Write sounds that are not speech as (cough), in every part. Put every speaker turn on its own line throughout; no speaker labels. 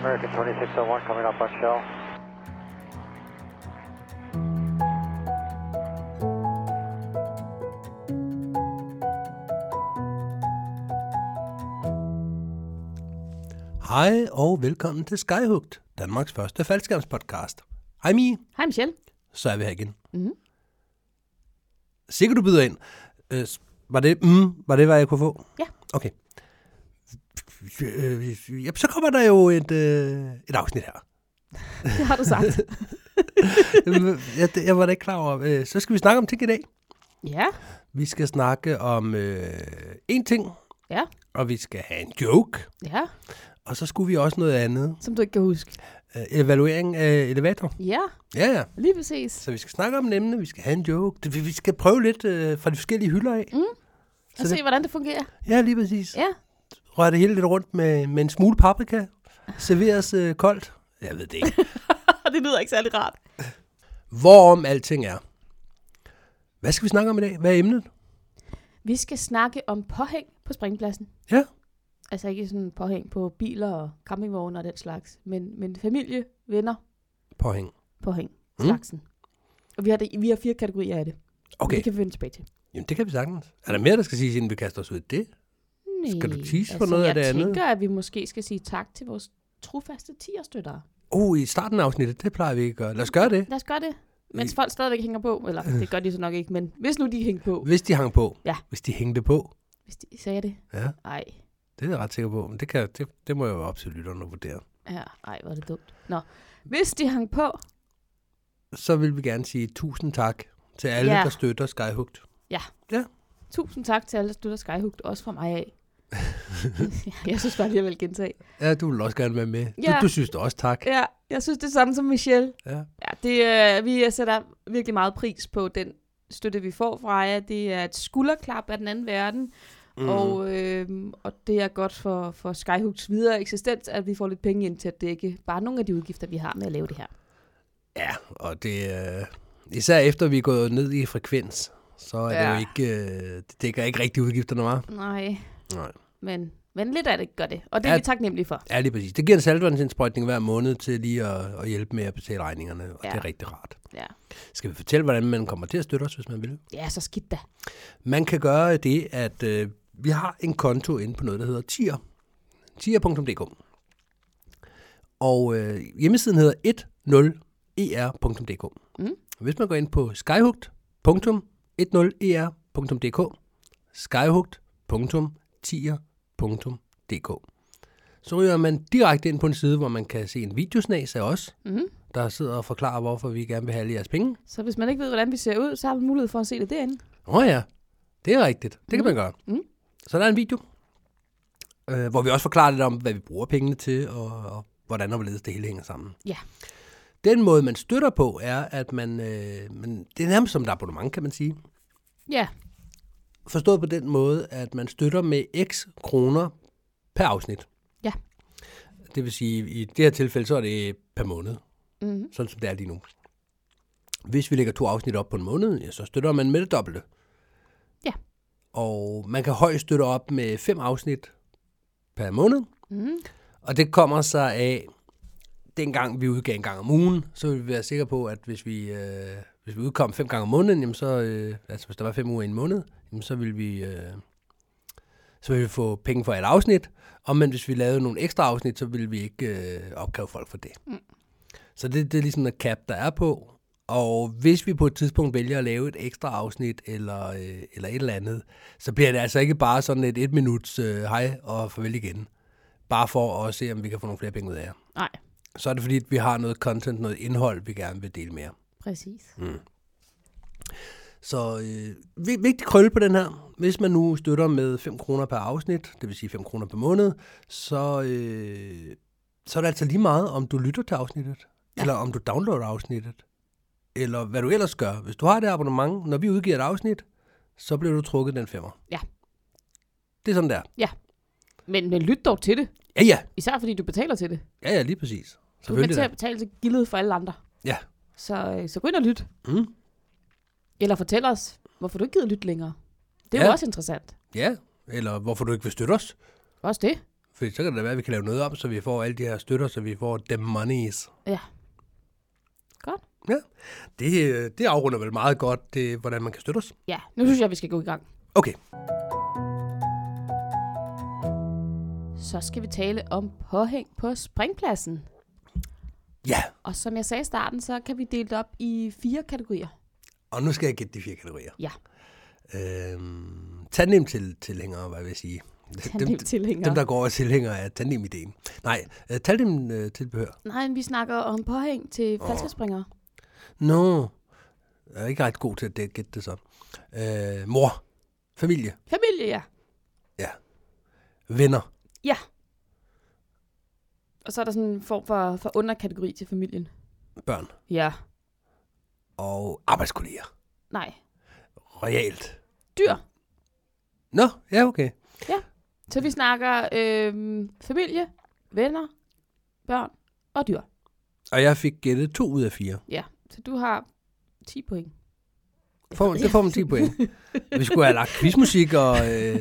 American 2601 coming up on shell.
Hej og velkommen til Skyhugt, Danmarks første faldskærmspodcast. Hej Mie,
Hej Michelle.
så er vi her igen. Mm-hmm. Sikkert du byder ind. Øh, var det, mm, var det, hvad jeg kunne få?
Ja.
Okay. Øh, ja, så kommer der jo et, øh, et afsnit her.
Det har du
(laughs)
sagt.
jeg, det- jeg var da ikke klar over. Øh, så skal vi snakke om ting i dag.
ja,
Vi skal snakke om øh, én ting,
ja,
og vi skal have en joke,
ja,
og så skulle vi også noget andet.
som du ikke kan huske.
Øh, evaluering af elevator.
Ja,
Ja, ja.
lige præcis.
Så vi skal snakke om emne, vi skal have en joke, det- vi vi skal prøve lidt øh, fra de forskellige hylder af. Mm.
Og
Så
se, hvordan det fungerer.
Ja, lige præcis.
Ja,
Rør det hele lidt rundt med, med en smule
(laughs)
paprika. Serveres øh, koldt. Jeg ved (laughs) det ikke.
det lyder ikke særlig rart.
Hvorom alting er. Hvad skal vi snakke om i dag? Hvad er emnet?
Vi skal snakke om påhæng på springpladsen.
Ja.
Altså ikke sådan påhæng på biler og campingvogne og den slags, men, men familie, venner,
Påhæng.
påhæng,
Mm.
slagsen. Og vi har, det, vi har fire kategorier af det.
Okay,
Det kan vi vende tilbage til.
Jamen, det kan vi sagtens. Er der mere, der skal siges, inden vi kaster os ud i det? Skal du tease for noget
altså, jeg
af det andet?
Jeg tænker, at vi måske skal sige tak til vores trofaste tierstøttere.
Oh, i starten af afsnittet, det plejer vi ikke at gøre. Lad os gøre det,
Lad os gøre det, mens folk stadigvæk hænger på. Eller det gør de så nok ikke, men hvis nu de hænger på.
hvis de hang på.
Ja.
Hvis de hængte på.
Hvis de sagde det.
Ja,
Ej,
det er jeg ret sikker på. Men det, kan, det, det må jeg jo op til lytterne at vurdere.
ja, ej, hvor er det dumt. Nå, hvis de hang på,
så vil vi gerne sige tusind tak til alle, ja.
Ja.
der støtter Skyhugt.
tusind tak til alle, der støtter Skyhugt, også fra mig af. (laughs) jeg synes bare, jeg vil gentage.
Ja, du vil også gerne være med. Ja. Du,
Ja.
du synes da også tak.
Ja, jeg synes, det er sådan som Michelle.
Ja.
Ja, det, øh, vi øh, sætter virkelig meget pris på den støtte, vi får fra jer. Det er et skulderklap af den anden verden, mm. og, øh, og det er godt for, for Skyhooks videre eksistens, at vi får lidt penge ind til at dække bare nogle af de udgifter, vi har med at lave det her.
ja, og det øh, især efter vi er gået ned i frekvens, så er ja. det
Ja.
jo ikke, øh, det dækker ikke rigtig udgifterne, var.
Nej,
Nej.
men venligt er det ikke gør det, og det er
Ja.
vi taknemmelige for.
Ja, lige præcis. Det giver en saltvandsindsprøjtning hver måned til lige at, at hjælpe med at betale regningerne, og ja.
Ja.
det er rigtig rart.
Ja.
Skal vi fortælle, hvordan man kommer til at støtte os, hvis man vil?
Ja, så skidt da.
Man kan gøre det, at øh, vi har en konto inde på noget, der hedder tier. tier.dk. Og øh, hjemmesiden hedder E 10er.dk.
Mm.
Hvis man går ind på E skyhugt.10er.dk skyhugt.tier.dk så ryger man direkte ind på en side, hvor man kan se en videosnas af os,
Mm.
der sidder og forklarer, hvorfor vi gerne vil have alle jeres penge.
Så hvis man ikke ved, hvordan vi ser ud, så har man mulighed for at se det derinde.
Åh oh ja, det er rigtigt. Det kan man gøre.
Mm.
Så der er en video, øh, hvor vi også forklarer lidt om, hvad vi bruger pengene til, og, og hvordan og hvorledes det hele hænger sammen.
Ja.
Den måde, man støtter på, er, at man, øh, man... Det er nærmest som et abonnement, kan man sige.
Ja,
Forstået på den måde, at man støtter med x kroner per afsnit.
Ja.
Det vil sige, i det her tilfælde, så er det per måned,
mm.
sådan som det er lige nu. Hvis vi lægger to afsnit op på en måned, ja, så støtter man med det dobbelte.
Ja.
Og man kan højst støtte op med fem afsnit per måned.
Mm.
Og det kommer så af, dengang vi udgav en gang om ugen, så ville vi være sikre på, at hvis vi, øh, hvis vi udkom fem gange om måneden, jamen så, øh, altså hvis der var fem uger i en måned, jamen så ville vi... Øh, så ville vi få penge for et afsnit, og men hvis vi lavede nogle ekstra afsnit, så ville vi ikke øh, opkræve folk for det. Mm. Så det, det er ligesom noget cap, der er på. Og hvis vi på et tidspunkt vælger at lave et ekstra afsnit eller, øh, eller et eller andet, så bliver det altså ikke bare sådan et et minuts øh, hej og farvel igen. Bare for at se, om vi kan få nogle flere penge ud af jer.
Nej,
Så er det fordi, at vi har noget content, noget indhold, vi gerne vil dele med jer.
præcis.
Så øh, vi- vigtig krølle på den her. Hvis man nu støtter med 5 kroner per afsnit, det vil sige 5 kroner per måned, så, øh, så er det altså lige meget, om du lytter til afsnittet, ja. eller om du downloader afsnittet, eller hvad du ellers gør. Hvis du har det abonnement, når vi udgiver et afsnit, så bliver du trukket den femmer.
Ja.
Det er sådan der.
Men, men lyt dog til det,
Ja, ja.
især fordi du betaler til det.
Ja, ja, lige præcis.
Du er med
Selvfølgelig.
til
da.
at betale til gildet for alle andre.
Ja.
Så, øh, så gå ind og lyt.
Mm.
Eller fortæl os, hvorfor du ikke gider lytte længere. Det er ja.
Ja.
jo også interessant.
Ja, eller hvorfor du ikke vil støtte os.
Også det.
Fordi så kan det da være, at vi kan lave noget om, så vi får alle de her støtter, så vi får the monies.
Ja. Godt.
Ja, det, øh, det afrunder vel meget godt, det, hvordan man kan støtte os.
Ja, nu synes jeg, vi skal gå i gang.
Okay,
Så skal vi tale om påhæng på springpladsen.
ja.
Og som jeg sagde i starten, så kan vi dele det op i fire kategorier. (laughs)
Og nu skal jeg gætte de fire kategorier.
Ja,
Øhm, tandem til tilhængere, hvad vil jeg sige? Dem,
tandemtilhængere.
dem, der går over tilhængere af tandem-ideen. Nej, øh, tandem øh, tilbehør.
Nej, men vi snakker om påhæng til falskespringere.
Nå, no. jeg er ikke ret god til at gætte det så. Øh, mor, familie,
Familie, ja.
venner.
Ja. Og så er der sådan en form for, for underkategori til familien.
børn
Ja.
og arbejdskolleger.
Nej.
Realt.
Dyr.
Nå, ja, okay.
Så vi snakker øh, familie, venner, børn og dyr.
Og jeg fik gættet to ud af fire.
Ja. Så du har 10 point.
Får, det får man 10
(laughs)
point. Vi skulle have lagt quizmusik, og øh,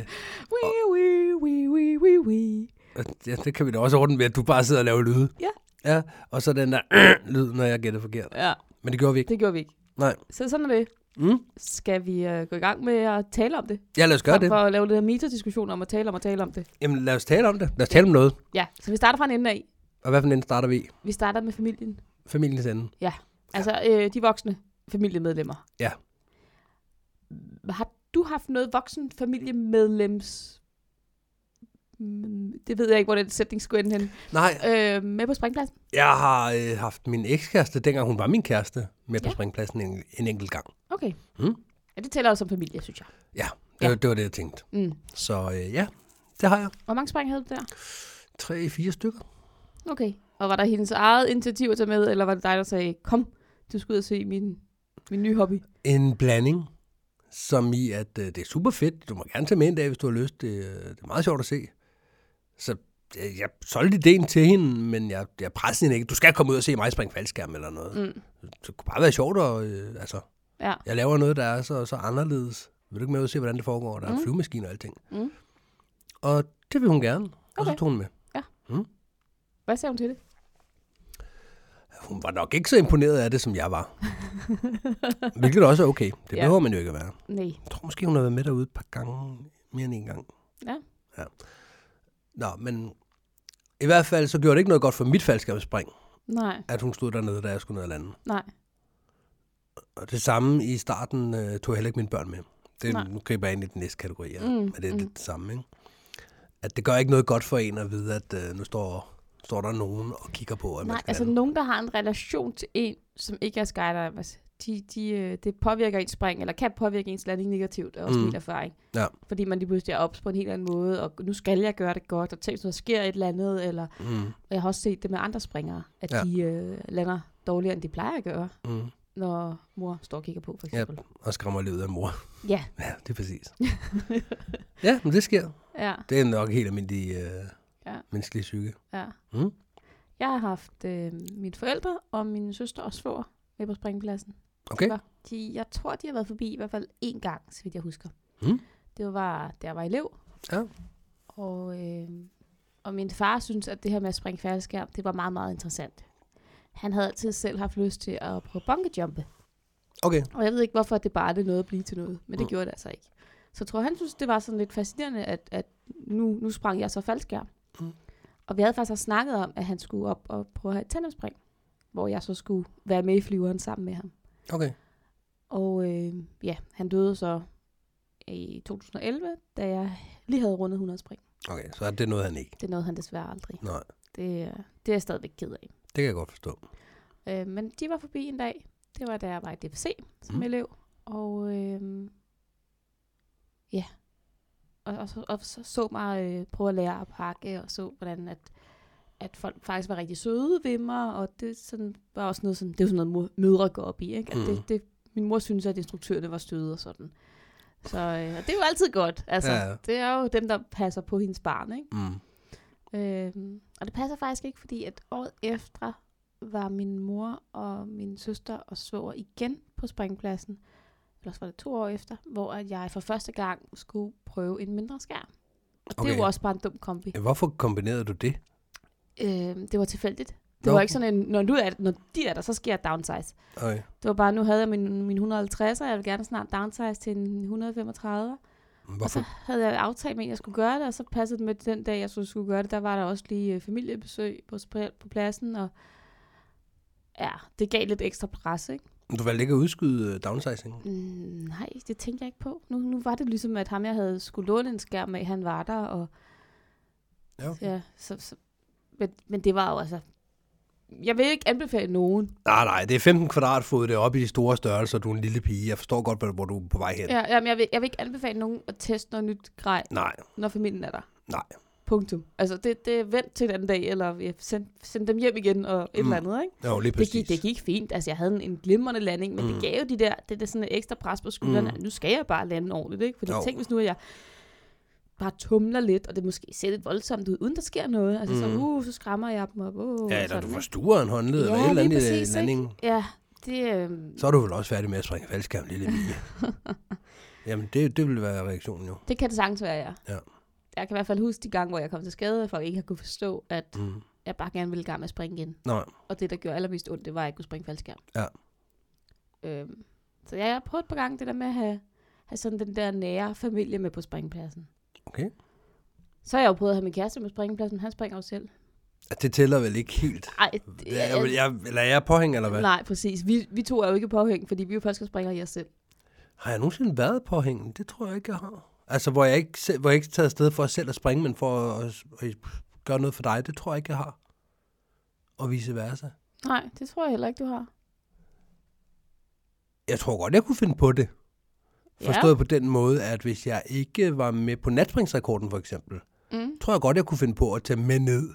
Wee, wee, wee, wee, wee, wee.
og ja, det kan vi da også ordne ved, at du bare sidder og laver lyde.
Ja.
Ja, og så den der (clears throat) lyd, når jeg gætter forkert.
Ja,
Men det gjorde vi ikke.
det gjorde vi ikke.
Nej.
Så sådan er det.
Mm.
Skal vi øh, gå i gang med at tale om det?
Ja, lad os gøre
Frem
det.
For at lave lidt meta-diskussion om at tale om at tale om det.
Jamen, lad os tale om det. Lad os tale om noget.
Ja, så vi starter fra en ende af.
Og hvad for en ende starter vi? i?
Vi starter med familien.
Familiens ende.
Altså øh, de voksne familiemedlemmer.
Ja.
Har du haft noget voksen familiemedlems... Mm, Det ved jeg ikke, hvor den sætning skulle ende hen.
Nej,
Øh, med på springpladsen?
jeg har øh, haft min ekskæreste, dengang hun var min kæreste, med på
Ja.
springpladsen en, en enkelt gang.
Okay.
Mm.
Ja, det tæller også som familie, synes jeg.
Det,
Ja.
ja. det var det, jeg tænkte.
Mm.
Så øh, ja, det har jeg.
Hvor mange spring havde du der?
Tre, fire stykker.
Okay. Og var der hendes eget initiativ at tage med, eller var det dig, der sagde, kom, du skal ud og se min, min nye hobby?
En blanding, som i, at øh, det er super fedt. Du må gerne tage med en dag, hvis du har lyst. Det, øh, det er meget sjovt at se. Så øh, jeg solgte ideen til hende, men jeg, jeg pressede hende ikke. Du skal komme ud og se mig springe faldskærm eller noget.
Mm.
Så det kunne bare være sjovt, og øh, altså,
Ja.
jeg laver noget, der er så, så anderledes. Vil du ikke med ud og se, hvordan det foregår? Der er
Mm.
mm. flyvemaskiner og alting.
Mm.
Og det vil hun gerne, og så
Okay.
tog hun med.
Hvad sagde hun til det?
Hun var nok ikke så imponeret af det, som jeg
(laughs)
var. Hvilket også er okay. Det
Ja.
behøver man jo ikke at være.
Nej.
Jeg tror måske, hun har været med derude et par gange, mere end en gang.
Ja.
ja. Nå, men i hvert fald så gjorde det ikke noget godt for mit faldskabsspring,
Nej,
at hun stod dernede, da jeg skulle ned og lande.
nej.
Og det samme i starten øh, tog jeg heller ikke mine børn med. Det,
Nej.
nu griber jeg ind i den næste kategori, ja.
Mm,
mm, men det er
mm.
lidt det samme, ikke? At det gør ikke noget godt for en at vide, at øh, nu står, står der nogen og kigger på, at man
Nej,
skal
altså
lande.
nogen, der har en relation til en, som ikke er skydivers, de, de, øh, det påvirker ens spring, eller kan påvirke ens landing negativt, er også mm.
Mm.
min erfaring.
Ja.
Fordi man lige pludselig er ops på en helt anden måde, og nu skal jeg gøre det godt, og tænk, så sker et eller andet, eller
Mm,
og jeg har også set det med andre springere, at ja.
Ja.
de øh, lander dårligere, end de plejer at gøre,
mm.
når mor står og kigger på, for
Ja.
eksempel.
Og skræmmer livet af mor. (laughs)
Ja.
Ja, det er præcis. ja, men det sker.
(laughs) Ja,
Det er nok helt almindelig øh,
Ja.
ja. menneskelig psyke.
ja.
Mm.
Jeg har haft øh, mine forældre og min søster og svoger med på springpladsen.
Okay?
Nå. De, jeg tror, de har været forbi i hvert fald én gang, så vidt jeg husker.
Mm.
Det var, da jeg var elev.
Ja.
Og, øh, og min far synes, at det her med at springe faldskærm, det var meget, meget interessant. Han havde altid selv haft lyst til at prøve bunkejumpe.
Okay.
Og jeg ved ikke, hvorfor det bare er noget at blive til noget, men det mm.
Mm.
gjorde det altså ikke. Så jeg tror, han synes, det var sådan lidt fascinerende, at, at nu, nu sprang jeg så faldskærm. Mm.
Mm.
Og vi havde faktisk også snakket om, at han skulle op og prøve at have et tandemspring, hvor jeg så skulle være med i flyveren sammen med ham.
Okay.
Og øh, ja, han døde så i 2011, da jeg lige havde rundet 100 spring.
Okay, så er det noget, han ikke.
Det nåede han desværre aldrig.
Nej,
Det, øh, det er jeg stadigvæk ked af.
det kan jeg godt forstå.
Øh, men de var forbi en dag. Det var da jeg var i DFC som mm.
Mm.
elev. Og øh, ja, og, og, så, og så, så mig øh, prøve at lære at pakke, og så hvordan at, at folk faktisk var rigtig søde ved mig, og det sådan, var også noget, sådan, det er jo sådan noget, mor- mødre går op i. Ikke? At det,
Mm.
det, min mor synes, at instruktørerne var søde og sådan. Så øh, og det er jo altid godt. Altså,
Ja,
ja.
ja.
Det er jo dem, der passer på hendes barn. Ikke?
Mm.
Øhm, og det passer faktisk ikke, fordi at året efter var min mor og min søster og svoger igen på springpladsen. Ellers var det to år efter, hvor at jeg for første gang skulle prøve en mindre skærm. Og okay. det er jo
Okay.
også bare en dum kombi.
Hvorfor kombinerede du det?
Øh, det var tilfældigt. Det
Nå.
var ikke sådan en, når, du er, når de er der, så sker jeg downsize.
Okay.
Det var bare, nu havde jeg min, min 150, og jeg ville gerne snart downsize til en 135. Og så
Hvorfor?
havde jeg aftalt med, en, at jeg skulle gøre det, og så passede det med at den dag, jeg skulle- skulle gøre det. Der var der også lige øh, familiebesøg på, sp- på pladsen, og ja, det gav lidt ekstra pres, ikke?
Du valgte ikke at udskyde øh, downsizingen?
Mm, nej, det tænkte jeg ikke på. Nu, nu var det ligesom, at ham, jeg havde skulle låne en skærm af, han var der, og
Ja, okay.
ja, så, så, men, men det var jo altså... Jeg vil ikke anbefale nogen.
Ah, Nej, nej, det er 15 kvadratfod, det er oppe i de store størrelser, du er en lille pige. Jeg forstår godt, hvor- hvor du er på vej hen.
Ja, jamen, jeg, vil, jeg vil ikke anbefale nogen at teste noget nyt grej,
Nej,
når familien er der.
nej.
Punktum. Altså, det, det er vent til den anden dag, eller ja, send, send dem hjem igen, og et mm.
Mm.
eller andet, ikke?
Jo, lige
Det
præcis.
gik, det gik fint. Altså, jeg havde en, en glimrende landing, men mm.
Mm.
det gav jo de der, det der sådan et ekstra pres på skuldrene.
Mm.
Mm. Nu skal jeg bare lande ordentligt, ikke? Fordi
Jo.
jo. tænk, hvis nu jeg bare tumler lidt, og det måske ser lidt voldsomt ud, uden der sker noget. Altså, mm. så,
Mm.
uh, så skrammer jeg dem op. Uh,
Ja, eller
sådan,
du
ikke?
forstuer en håndled eller
Ja,
et eller
lige
andet
præcis,
i
ikke?
landingen.
Ja, det... Øh,
Så er du vel også færdig med at springe faldskærm, lille
(laughs)
Mille. Jamen, det, det ville være reaktionen jo.
Det kan det sagtens være, ja.
Ja.
Jeg kan i hvert fald huske de gange, hvor jeg kom til skade, og folk ikke har kunne forstå, at
Mm.
jeg bare gerne ville i gang med at springe igen.
Nej.
Og det, der gjorde allermest ondt, det var, at jeg ikke kunne springe faldskærm.
Ja.
Øhm, så ja, jeg har prøvet et par gange det der med at have, have sådan den der nære familie med på springpladsen.
Okay.
Så har jeg jo prøvet at have min kæreste med på springpladsen, han springer jo selv.
Altså, det tæller vel ikke helt.
Ej,
Det er, jeg, jeg, eller er jeg påhæng, eller hvad?
Nej, præcis. Vi, vi to er jo ikke påhæng, fordi vi jo først skal springe i os selv.
Har jeg nogensinde været påhængen? Det tror jeg ikke, jeg har. Altså, hvor jeg ikke, selv- hvor jeg ikke taget afsted for selv at springe, men for at, at, at gøre noget for dig, det tror jeg ikke, jeg har. Og vice versa.
Nej, det tror jeg heller ikke, du har.
Jeg tror godt, jeg kunne finde på det.
Ja.
Forstået ja. på den måde, at hvis jeg ikke var med på natspringsrekorden, for eksempel,
Mm.
tror jeg godt, jeg kunne finde på at tage med ned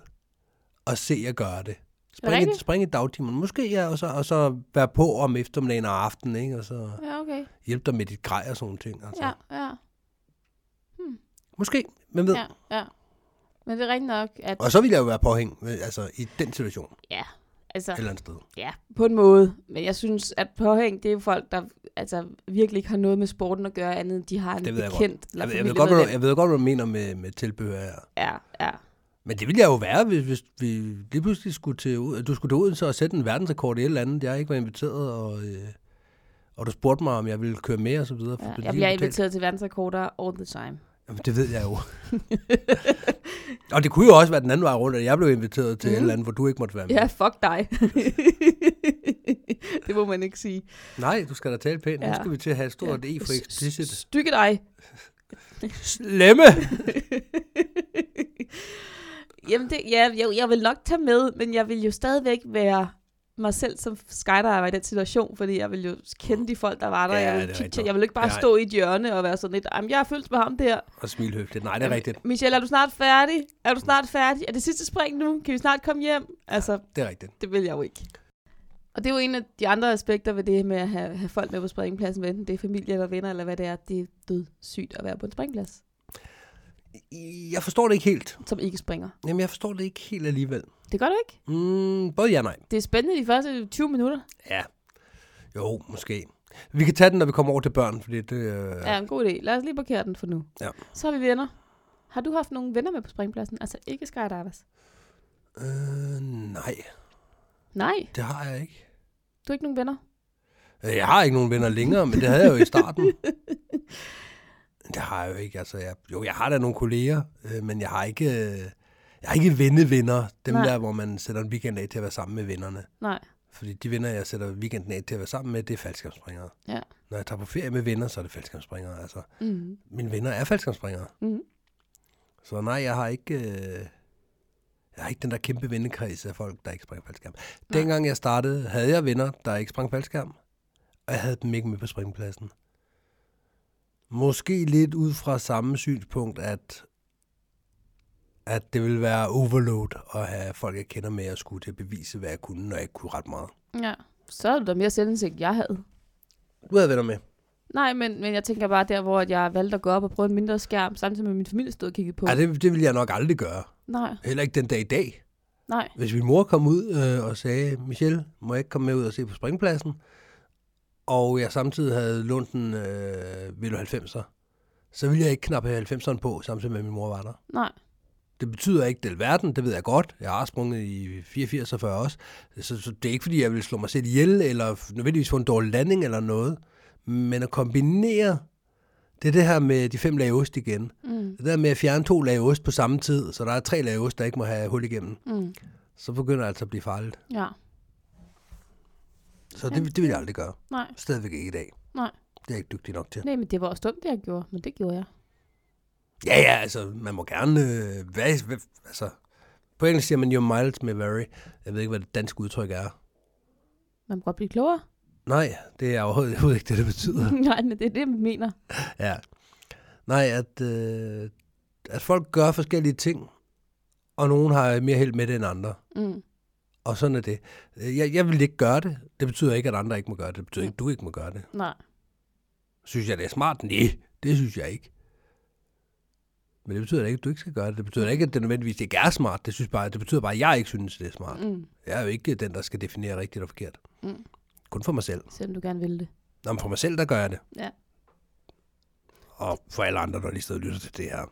og se jer gøre det. Springe,
rigtigt?
det springe i dagtimerne, måske, ja, og så, og så være på om eftermiddagen og aftenen, ikke? og så
Ja, okay.
hjælpe dig med dit grej og sådan nogle ting. Altså.
Ja, ja.
Måske, hvem ved. Ja.
Ja, ja. Men det er rigtigt nok, at...
Og så ville jeg jo være påhæng, øh, altså i den situation,
Ja, altså,
et eller andet sted.
ja, på en måde. Men jeg synes, at påhæng, det er jo folk, der altså, virkelig ikke har noget med sporten at gøre andet, end de har en
Det ved jeg
bekendt. Eller
Jeg ved, jeg, ved godt, hvad
familiemedlem.
du, jeg ved godt, hvad du mener med, med tilbehør. Ja.
Ja, ja.
Men det ville jeg jo være, hvis, hvis vi lige pludselig skulle til, ud- du skulle til Odense og sætte en verdensrekord i et eller andet, jeg ikke var inviteret, og, øh, og du spurgte mig, om jeg ville køre med og så videre. for
ja.
du lige
Jeg bliver
betalte-
inviteret til verdensrekorder all the
(laughs)
time.
Jamen, det ved jeg jo. og det kunne jo også være den anden vej rundt, at jeg blev inviteret til mm. et
Mhm.
eller andet, hvor du ikke måtte være med.
Ja, fuck dig. (laughs) det må man ikke sige.
Nej, du skal da tale pænt. Ja. Nu
Ja.
skal vi til at have et stort ja.
Ja.
E for explicit.
S- Stykke dig.
Slemme!
(laughs) Jamen, det, ja, jeg, jeg vil nok tage med, men jeg vil jo stadigvæk være mig selv som skydiver i den situation, fordi jeg vil jo kende de folk, der var der.
Ja,
jeg,
det er
vil
rigtigt
chit-chat.
nok.
jeg vil ikke bare
Ja.
stå i et hjørne og være sådan lidt, jamen, jeg har følt med ham der.
Og smil høfligt. Nej, det er rigtigt.
Michelle, er du snart færdig? Er du snart færdig? Er det sidste spring nu? Kan vi snart komme hjem? Altså,
Det er rigtigt.
det vil jeg jo ikke. Og det er jo en af de andre aspekter ved det med at have, have folk med på springpladsen, hvad enten det er familie eller venner, eller hvad det er. Det er dødssygt at være på en springplads,
Jeg forstår det ikke helt.
som ikke springer.
Jamen, jeg forstår det ikke helt alligevel.
Det gør du ikke.
Mm, både ja og nej.
Det er spændende de første 20 minutter.
Ja. Jo, måske. Vi kan tage den, når vi kommer over til børn, fordi det... Øh...
Ja, en god idé. Lad os lige parkere den for nu.
Ja.
Så har vi venner. Har du haft nogle venner med på springpladsen? Altså ikke skydivers?
Øh, nej,
Nej,
det har jeg ikke.
du har ikke nogen venner.
Øh, Jeg har ikke nogen venner længere, men det havde jeg jo i starten. Det har jeg jo ikke. Altså, jeg, jo, jeg har da nogle kolleger, øh, men jeg har ikke, øh, jeg har ikke vennevenner. Dem Nej.
Nej.
der, hvor man sætter en weekend af til at være sammen med vennerne.
(laughs) Nej.
Fordi de venner, jeg sætter weekenden af til at være sammen med, det er faldskabsspringere.
Ja.
Når jeg tager på ferie med venner, så er det faldskabsspringere. Altså,
Mm.
mine venner er faldskabsspringere.
Mm.
Så nej, jeg har ikke... Øh, jeg har ikke den der kæmpe vennekreds af folk, der ikke sprang faldskærm.
Nej.
Dengang jeg startede, havde jeg venner, der ikke sprang faldskærm, og jeg havde dem ikke med på springpladsen. Måske lidt ud fra samme synspunkt, at, at det ville være overload at have folk, jeg kender med, at skulle til at bevise, hvad jeg kunne, når jeg ikke kunne ret meget.
Ja. Så er du da mere selvindsigt, end jeg havde.
Du havde venner med.
Nej, men, men jeg tænker bare der, hvor at jeg valgte at gå op og prøve en mindre skærm, samtidig med at min familie stod og kiggede på.
Ja, det, det ville jeg nok aldrig gøre.
Nej,
Heller ikke den dag i dag.
nej.
Hvis min mor kom ud øh, og sagde, Michelle, må jeg ikke komme med ud og se på springpladsen? Og jeg samtidig havde lånt en øh, Velo 90'er, så ville jeg ikke knappe 90'eren på, samtidig med, at min mor var der.
Nej.
Det betyder ikke del verden, det ved jeg godt. Jeg har sprunget i 84 og 40 også. Så, så det er ikke, fordi jeg vil slå mig selv ihjel, eller f- nødvendigvis få en dårlig landing eller noget. Men at kombinere, det er det her med de fem lag ost igen.
Mm.
Det der med at fjerne to lag ost på samme tid, så der er tre lag ost, der ikke må have hul igennem.
Mm.
Så begynder det altså at blive farligt.
Ja.
Så det, det vil jeg aldrig gøre.
Nej.
Stadigvæk ikke i dag.
Nej.
Det er jeg ikke dygtig nok til.
Nej, men det var også dumt, det jeg gjorde. Men det gjorde jeg.
Ja, ja, altså, man må gerne... Øh, hvad, hvad, altså, på engelsk siger man jo mild med vary. Jeg ved ikke, hvad det danske udtryk er.
Man må godt blive
(laughs)
klogere.
Nej, det er overhovedet jeg ved ikke det, det betyder.
Nej, men det er det, vi mener.
Ja. Nej, at, øh, at folk gør forskellige ting, og nogen har mere held med det end andre.
Mm.
Og sådan er det. Øh, Jeg, jeg vil ikke gøre det. Det betyder ikke, at andre ikke må gøre det. Det betyder ikke, at du ikke må gøre det.
Nej.
Synes jeg, det er smart? Nej, det synes jeg ikke. Men det betyder da ikke, at du ikke skal gøre det. Det betyder da ikke, at det nødvendigvis ikke er smart. Det, synes bare, det betyder bare, at jeg ikke synes, det er smart.
Mm.
Jeg er jo ikke den, der skal definere rigtigt og forkert.
Mm.
Kun for mig selv.
Selvom du gerne vil det.
Nå, men for mig selv, der gør jeg det.
Ja.
Og for alle andre, der lige sidder og lytter til det her.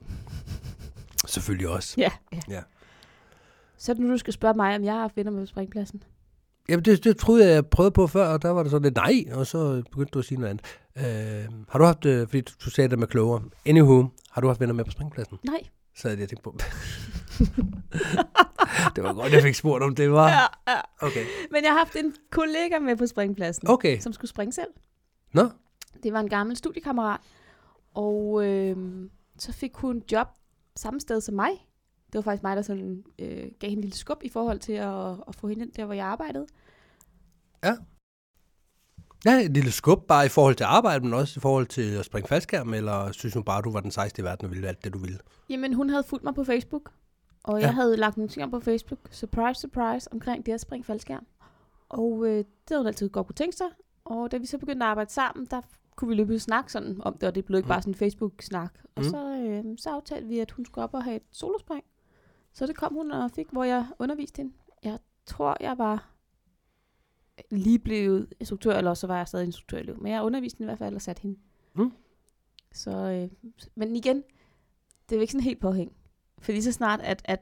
Selvfølgelig også.
Ja. ja.
Ja.
Så er det nu, du skal spørge mig, om jeg har haft venner med på springpladsen.
Jamen, det, det troede jeg, jeg prøvede på før, og der var det sådan lidt nej, og så begyndte du at sige noget andet. Øh, har du haft, øh, fordi du, du sagde det med klogere, anywho, har du haft venner med på springpladsen?
Nej.
Så havde jeg tænkt på. (laughs) det var godt, jeg fik spurgt, om det var.
Ja, ja.
Okay.
Men jeg har haft en kollega med på springpladsen,
Okay.
som skulle springe selv.
Nå,
Det var en gammel studiekammerat. Og øh, så fik hun job samme sted som mig. Det var faktisk mig, der sådan, øh, gav hende en lille skub i forhold til at, at få hende ind der, hvor jeg arbejdede.
ja, et lille skub bare i forhold til arbejde, men også i forhold til at springe faldskærm, eller synes hun bare, du var den sejste i verden og ville alt det, du ville?
Jamen, hun havde fulgt mig på Facebook. Og jeg
Ja.
havde lagt nogle ting op på Facebook. Surprise, surprise, omkring det at springe faldskærm. Og øh, det havde hun altid godt kunne tænke sig. Og da vi så begyndte at arbejde sammen, der kunne vi løbe og snakke sådan om det, og det blev ikke
Mm.
bare sådan en Facebook-snak. Og
Mm.
så, øh, så aftalte vi, at hun skulle op og have et solospring. Så det kom hun og fik, hvor jeg underviste hende. Jeg tror, jeg var lige blevet instruktør, eller også så var jeg stadig instruktør i Men jeg underviste hende i hvert fald og satte hende.
Mm.
Så, øh, men igen, det er jo ikke sådan helt påhæng. Fordi så snart, at, at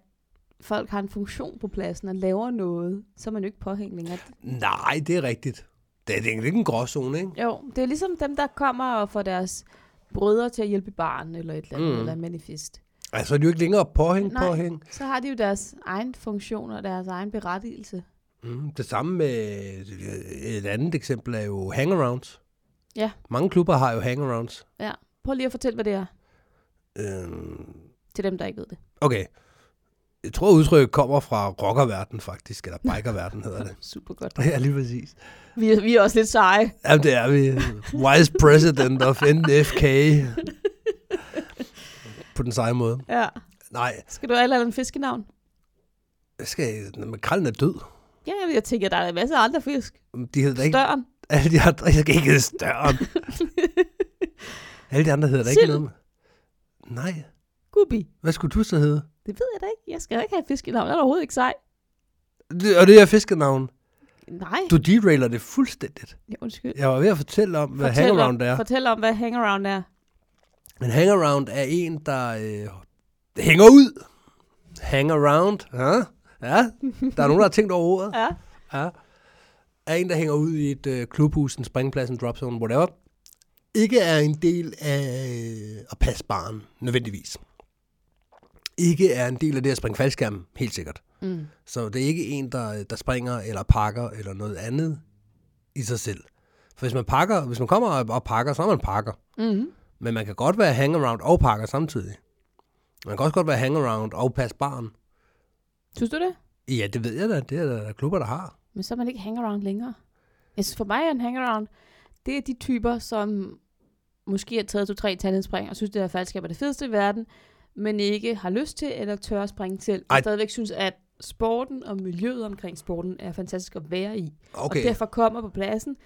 folk har en funktion på pladsen og laver noget, så er man jo ikke påhæng længere.
Nej, det er rigtigt. Det er, det er lidt en gråzone, ikke?
Jo, det er ligesom dem, der kommer og får deres brødre til at hjælpe barn eller et eller andet,
Mm.
mm. eller en manifest.
Altså, er det jo ikke længere påhæng,
Nej.
påhæng.
Så har de jo deres egen funktion og deres egen berettigelse.
Mm, det samme med et andet eksempel er jo hangarounds.
Ja.
Mange klubber har jo hangarounds.
Prøv lige at fortælle, hvad det er
Øhm,
til dem, der ikke ved det.
okay. Jeg tror, udtrykket kommer fra rockerverden faktisk,
(laughs)
eller bikerverden hedder det.
Super godt.
(laughs) Ja, lige præcis.
Vi, er- vi er også lidt seje.
Jamen, det er vi. (laughs) øh, Vice President of NFK. På den seje måde.
(laughs) Ja.
Nej,
Skal du have et eller andet fiskenavn?
jeg skal, makrallen er død.
Ja, jeg tænker, der er masser af andre fisk.
De hedder da ikke...
Støren.
Alle de andre, jeg skal ikke hedde Støren. Alle de andre hedder da ikke
Sild.
noget med. Nej.
(laughs) Gubi.
Hvad skulle du så hedde?
Det ved jeg da ikke. Jeg skal da ikke have et fiskenavn. Jeg er da overhovedet ikke sej.
Det, og det er fiskenavn.
Nej.
Du derailer det fuldstændigt.
Ja, undskyld.
Jeg var ved at fortælle om, hvad
Fortæl om-
hangaround er.
Fortæl om, hvad hangaround er.
Men hangaround er en, der øh, hænger ud. Hangaround. Ja, ja. Der er nogen, der har tænkt over ordet.
Ja.
Ja. Er en, der hænger ud i et øh, klubhus, en springplads, en dropzone, whatever. Ikke er en del af øh, at passe barn, nødvendigvis. Ikke er en del af det at springe faldskærm, helt sikkert.
Mm.
Så det er ikke en, der, der springer eller pakker eller noget andet i sig selv. For hvis man, pakker, hvis man kommer og- og pakker, så er man pakker.
Mm.
Men man kan godt være hangaround og pakker samtidig. Man kan også godt være hangaround og passe barn.
Synes du det?
Ja, det ved jeg da. Det er der, der er klubber, der har.
Men så er man ikke hangaround længere. Jeg synes, for mig er en hangaround, det er de typer, som måske har taget to-tre tandhedspring og synes, det her faldskab er det fedeste i verden, men ikke har lyst til eller tør at springe til.
Ej.
Og stadigvæk synes, at sporten og miljøet omkring sporten er fantastisk at være i. Og
Okay,
derfor kommer på pladsen,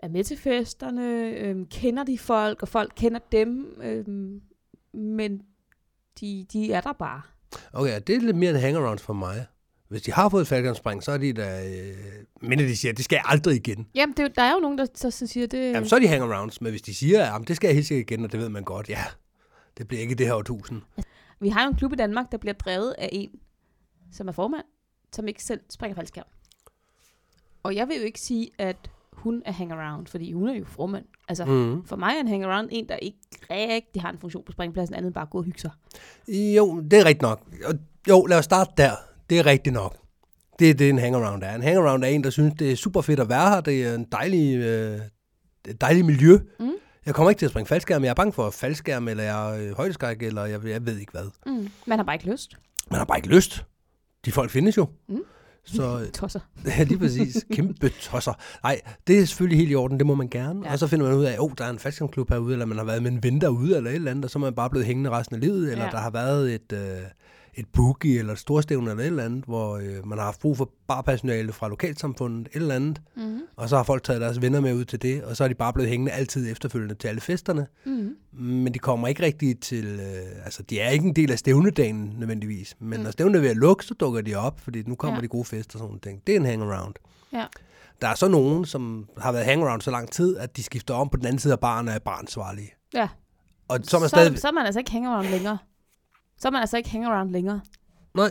er med til festerne, øhm, kender de folk, og folk kender dem, øhm, men de, de er der bare.
okay det er lidt mere en hangaround for mig. Hvis de har fået et faldgangsspring, så er de da... Øh, mindre de siger, det skal jeg aldrig igen.
Jamen, det, er jo- der er jo nogen, der så, så siger det.
Jamen, så er de hangarounds. Men hvis de siger, at det skal jeg helt sikkert igen, og det ved man godt, ja. Det bliver ikke i det her årtusind.
Vi har jo en klub i Danmark, der bliver drevet af en, som er formand, som ikke selv springer faldskærm. Og jeg vil jo ikke sige, at hun er hangaround, fordi hun er jo formand. Altså, mm.
Mm.
for mig er en hangaround en, der ikke rigtig har en funktion på springpladsen, andet end bare at gå og hygge sig.
Jo, det er rigtigt nok. Og Jo, lad os starte der. Det er rigtigt nok. Det er det, en hangaround er. En hangaround er en, der synes, det er super fedt at være her. Det er en dejlig, øh, et dejligt miljø.
Mm.
Jeg kommer ikke til at springe faldskærm. Jeg er bange for faldskærm, eller jeg er øh, højdeskræk, eller jeg, jeg ved ikke hvad.
Mm. Man har bare ikke lyst.
Man har bare ikke lyst. De folk findes jo.
Mm.
Så (laughs) øh,
Tosser.
Ja, lige præcis. Kæmpe tosser. Nej, det er selvfølgelig helt i orden, det må man gerne. Ja.
Ja.
Og så finder man ud af, at oh, der er en faldskærmklub herude, eller man har været med en ven derude, eller et eller andet, og så er man bare blevet hængende resten af livet, eller ja.
Ja.
der har været et, øh, et boogie, eller et storstævne, eller et eller andet, hvor øh, man har haft brug for barpersonale fra lokalsamfundet, et eller andet,
Mm.
og så har folk taget deres venner med ud til det, og så er de bare blevet hængende altid efterfølgende til alle festerne,
Mm.
men de kommer ikke rigtig til, øh, altså de er ikke en del af stævnedagen nødvendigvis, men mm. når stævnet er ved at lukke, så dukker de op, fordi nu kommer ja.
Ja.
de gode fester og sådan nogle ting. Det er en hangaround.
Ja.
Der er så nogen, som har været hangaround så lang tid, at de skifter om på den anden side af baren og er barnsvarlige.
Ja.
Og så
Så,
er man
så,
stadig...
så er man altså ikke hangaround længere. Så er man altså ikke hangaround længere.
Nej,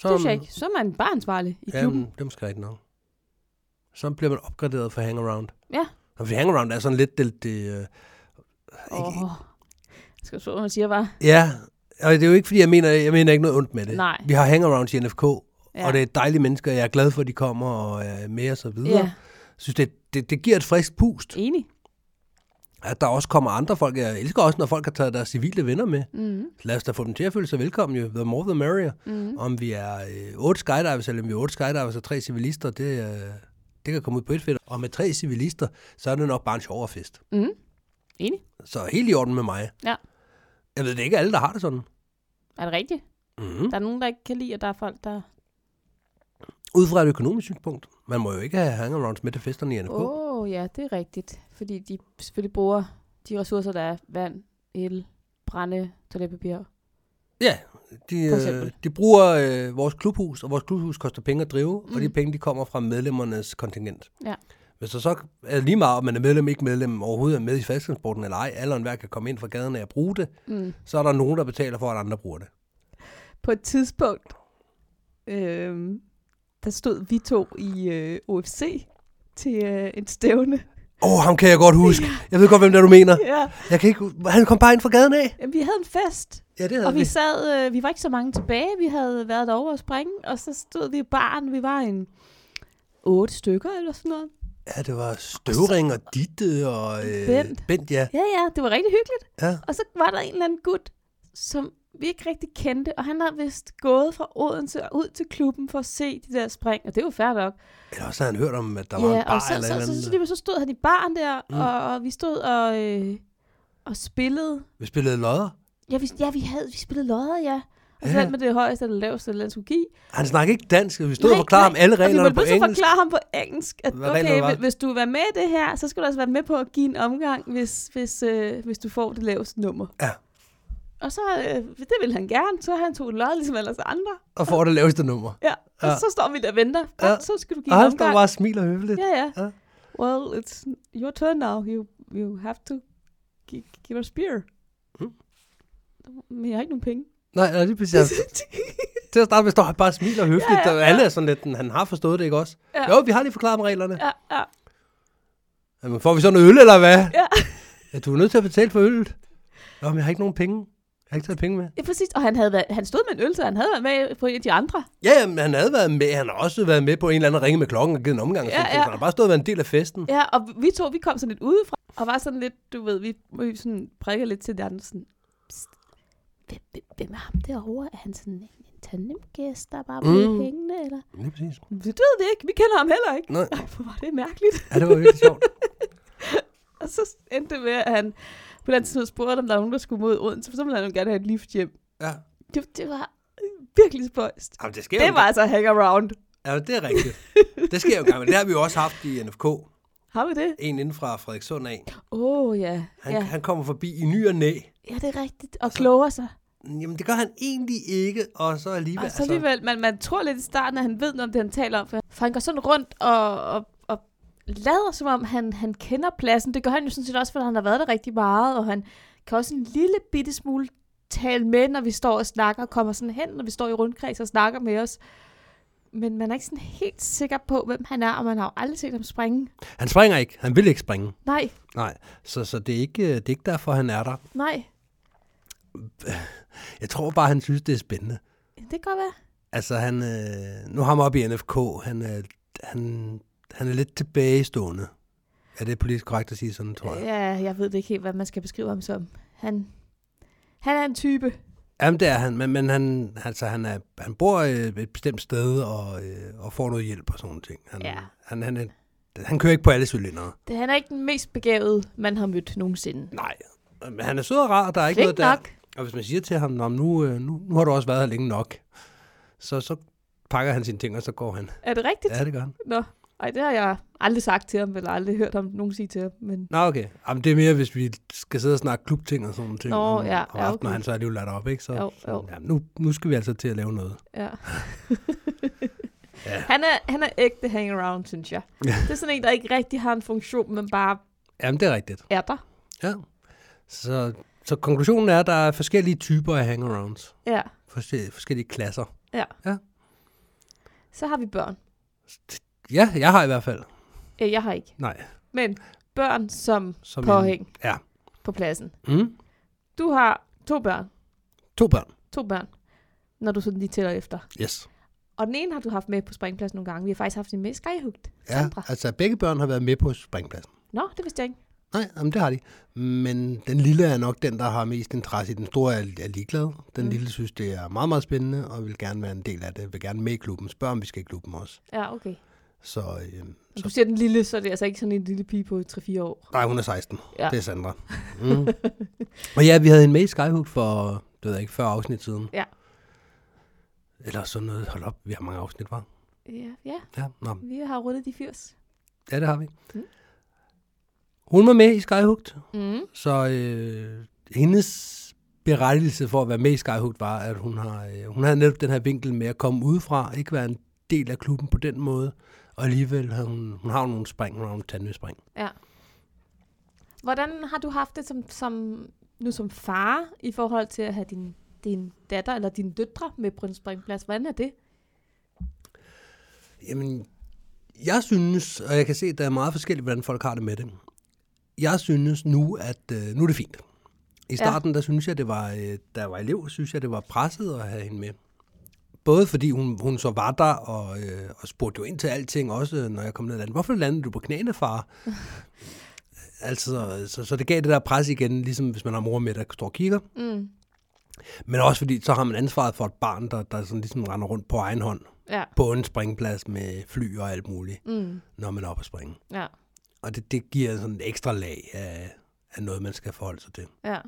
så
Det synes jeg ikke. Så er man bare ansvarlig i klubben.
Jamen, det er måske rigtigt nok. Så bliver man opgraderet for hangaround.
Ja.
Og for hangaround er sådan lidt det... det øh,
Åh. Jeg skal så, hvad man siger bare.
ja, og det er jo ikke, fordi jeg mener, jeg mener ikke noget ondt med det.
Nej.
Vi har hangarounds i NFK, ja.
Ja.
og det er dejlige mennesker, og jeg er glad for, at de kommer og er med og så videre.
Ja,
Jeg synes, det, det, det giver et frisk pust,
enig.
at der også kommer andre folk. Jeg elsker også, når folk har taget deres civile venner med.
Mm.
Lad os da få dem til at føle sig velkommen, jo. The more the merrier.
Mm.
Om vi er øh, otte skydivers, eller om vi er otte skydivers og tre civilister, det, øh, det kan komme ud på et fedt. Og med tre civilister, så er det nok bare en sjovere fest.
Mm. Enig.
Så helt i orden med mig.
Ja.
Jeg ved det er ikke alle, der har det sådan.
Er det rigtigt?
Mm-hmm.
Der er nogen, der ikke kan lide, at der er folk, der...
Ud fra et økonomisk synspunkt. Man må jo ikke have hangarounds med til festerne i NK.
Åh, oh, ja, det er rigtigt. Fordi de selvfølgelig bruger de ressourcer, der er vand, el, brænde, toiletpapir.
Ja, de,
For eksempel.
øh, de bruger øh, vores klubhus, og vores klubhus koster penge at drive, mm. og de
Mm.
penge de kommer fra medlemmernes kontingent.
Ja.
Hvis der så er lige meget, om man er medlem, ikke medlem, overhovedet er med i fasttransporten eller ej, alle og enhver kan komme ind fra gaderne og bruge det,
Mm.
så er der nogen, der betaler for, at andre bruger det.
På et tidspunkt, øh, der stod vi to i øh, OFC til øh, en stævne.
Åh, oh, ham kan jeg godt huske. Jeg ved godt, hvem det er, du mener.
Ja.
Jeg kan ikke... hu- Han kom bare ind fra gaden af.
Jamen, Vi havde en fest,
Ja, det havde
og vi
vi.
sad, øh, vi var ikke så mange tilbage, vi havde været over at springe, og så stod vi i baren, vi var en otte stykker eller sådan noget.
Ja, det var Støvring og Ditte og øh,
Bent.
Bent. ja.
Ja, ja, det var rigtig hyggeligt.
ja.
Og så var der en eller anden gut, som vi ikke rigtig kendte, og han havde vist gået fra Odense og ud til klubben for at se de der spring, og det var fair nok.
Eller også havde han hørt om, at der var en bar
og så,
eller et
så,
eller
så,
andet.
så, så, så stod han i baren der,
Mm.
mm. og, og vi stod og, øh, og spillede.
Vi spillede lodder.
Ja, vi, ja, vi, havde, vi spillede lodder, ja. Og så
Ja.
ja. med det højeste eller laveste, eller andet skulle give.
Han snakker ikke dansk, og vi stod og
Nej,
forklarede ham
nej.
alle
Og vi
reglerne
måtte
på
pludselig
engelsk.
forklare ham på engelsk, at
Hvad reglerne
okay,
var.
hvi- hvis du vil være med i det her, så skal du også være med på at give en omgang, hvis, hvis, øh, hvis du får det laveste nummer.
Ja.
Og så, øh, det ville han gerne, så han tog lod, ligesom alle os andre.
Og får det laveste nummer.
Ja. Og
Ja.
så står vi der og venter.
Ja.
Ja. Så skal du give
Og
en
han står
omgang.
bare og smiler høfligt.
Ja, ja.
Ja.
Well, it's your turn now. You, you have to give, give us beer.
Mm.
Men jeg har ikke nogen penge.
Nej, nej, lige præcis. Til at starte med står han bare og smiler høfligt. Ja,
Ja,
ja,
ja,
ja.
ja.
Alle er sådan lidt, "Den- han har forstået det, ikke også?
Ja.
Jo, vi har lige forklaret med reglerne.
(laughs) ja, ja.
Jamen, får vi så noget øl, eller hvad?
Ja.
ja. du er nødt til at betale for øllet. Nå, men jeg har ikke nogen penge. Jeg har ikke taget penge med.
ja, præcis. Og han, havde været, han stod med en øl, så han havde været med på en af de andre.
Ja, jamen, han havde været med. Han har også været med på en eller anden ringe med klokken og givet en omgang. Ja,
Ja,
ja.
ja.
Han har bare stået og været en del af festen.
Ja, og vi to, vi kom sådan lidt udefra, og var sådan lidt, du ved, vi, vi sådan prikker lidt til de andre, sådan, "Psst, hvem, hvem, hvem er ham derovre? Er han sådan en, en tandemgæst, der bare blevet
Mm.
mm. hængende, eller?
Ja. Lige præcis.
Det ved vi ikke, vi kender ham heller ikke.
Nej,
Ej, hvor var det mærkeligt.
ja, det var virkelig sjovt.
Og så endte det med, at han på den tid spurgte, om der var nogen, der skulle mod Odense, for så ville han jo gerne have et lift hjem.
Ja.
Det, det var virkelig spøjst.
Jamen, det sker
Det
jo.
var altså hangaround.
Ja, det er rigtigt. Det sker jo gang, men det har vi jo også haft i NFK.
Har vi det?
en inden fra Frederikssund af.
Åh, oh, ja.
Han, Altså- ja.
ja.
han kommer forbi i ny og næ.
Ja, det er rigtigt. Og kloger sig.
Jamen, det gør han egentlig ikke, og så alligevel... altså,
Og så alligevel, man, man tror lidt i starten, at han ved noget om det, han taler om, for, for han går sådan rundt og, og, og lader som om, han, han kender pladsen. Det gør han jo sådan set også, fordi han har været der rigtig meget, og han kan også en lille bitte smule tale med, når vi står og snakker, og kommer sådan hen, når vi står i rundkreds og snakker med os. Men man er ikke sådan helt sikker på, hvem han er, og man har jo aldrig set ham springe.
Han springer ikke. Han vil ikke springe.
Nej,
Nej, så, så det, er ikke, øh, det er ikke derfor, han er der. (sighs)
nej,
Jeg tror bare, han synes, det er spændende.
det kan godt være.
Altså, han, øh, nu har ham op i NFK. Han, øh, han, han er lidt tilbagestående. Er det politisk korrekt at sige sådan, tror jeg?
Ja, jeg ved det ikke helt, hvad man skal beskrive ham som. Han, han er en type.
Jamen, det er han, men, men han, altså, han, er, han bor øh, et bestemt sted og, øh, og får noget hjælp og sådan nogle ting. Han,
Ja.
han, han, er, han kører ikke på alle cylindre.
Det, han er ikke den mest begavede, man har mødt nogensinde.
Nej, men han er sød og rar, og der er ikke
Flink
noget
nok.
der. Og hvis man siger til ham, "Nå, men nu, øh, nu, nu har du også været her længe nok, så, så pakker han sine ting, og så går han.
Er det rigtigt?
Ja, det gør han.
Nå, ej, det har jeg aldrig sagt til ham, eller aldrig hørt ham nogen sige til ham. Men
Nå, okay. Jamen, det er mere, hvis vi skal sidde og snakke klubting og sådan nogle ting.
Nå,
om,
ja,
om
ja,
aftenen,
okay.
og han så er lige ladt op, ikke? Så,
Jo, jo.
Ja, nu, nu skal vi altså til at lave noget. (laughs)
ja. (laughs)
Ja.
Han, er, han er ægte hangaround, synes jeg. Det er sådan en, der ikke rigtig har en funktion, men bare
Jamen, det er rigtigt.
er der.
Ja. Så, så konklusionen er, at der er forskellige typer af hangarounds.
Ja,
Forskellige, forskellige klasser.
ja.
Ja.
Så har vi børn.
Ja, jeg har i hvert fald.
Øh, Jeg har ikke.
Nej.
Men børn som,
Som
som påhæng
En, ja.
på pladsen.
Mm.
Du har to børn.
To børn.
To børn. Når du sådan lige tæller efter.
Yes.
Og den ene har du haft med på springpladsen nogle gange. Vi har faktisk haft den med i skyhugt. Sandra.
altså begge børn har været med på springpladsen.
Nå, det vidste jeg ikke.
Nej, jamen, det har de. Men den lille er nok den, der har mest interesse i. Den store er, er ligeglad. Den mm. lille synes, det er meget, meget spændende, og vil gerne være en del af det. Vil gerne med i klubben. Spørg, om vi skal i klubben også.
Ja, okay.
Så, øh,
Når du siger den lille, så er det altså ikke sådan en lille pige på 3-4 år.
nej, hun er 16.
Ja.
Det er Sandra.
(laughs)
Mm. og ja, vi havde en med i Skyhook for, det ved jeg ikke, 40 afsnit siden.
Ja.
Eller sådan noget. Hold op, vi har mange afsnit, var.
Ja, ja.
Ja, nå.
Vi har rundet de 80.
ja, det har vi.
Mm.
Hun var med i Skyhooked.
Mm.
Så øh, hendes berettigelse for at være med i Skyhooked var, at hun har øh, hun havde netop den her vinkel med at komme udefra, ikke være en del af klubben på den måde, og alligevel har hun, hun har jo nogle spring, hun har nogle tandemspring.
Ja. Hvordan har du haft det som, som, nu som far i forhold til at have din, din datter eller dine døtre med på en springplads? Hvordan er det?
Jamen, jeg synes, og jeg kan se, at der er meget forskelligt, hvordan folk har det med det. Jeg synes nu, at øh, nu er det fint. I starten, ja. der synes jeg, det var, øh, da jeg var elev, synes jeg, det var presset at have hende med. Både fordi hun, hun så var der og, øh, og spurgte jo ind til alting, også øh, når jeg kom ned og landede. Hvorfor landede du på knæene, far? altså, så, så det gav det der pres igen, ligesom hvis man har mor med, der står og kigger.
Mm.
Men også fordi, så har man ansvaret for et barn, der, der sådan ligesom render rundt på egen hånd
Ja.
på en springplads med fly og alt muligt,
Mm.
når man er oppe at springe.
Ja.
Og det, det giver sådan en ekstra lag af, af noget, man skal forholde sig til.
Ja.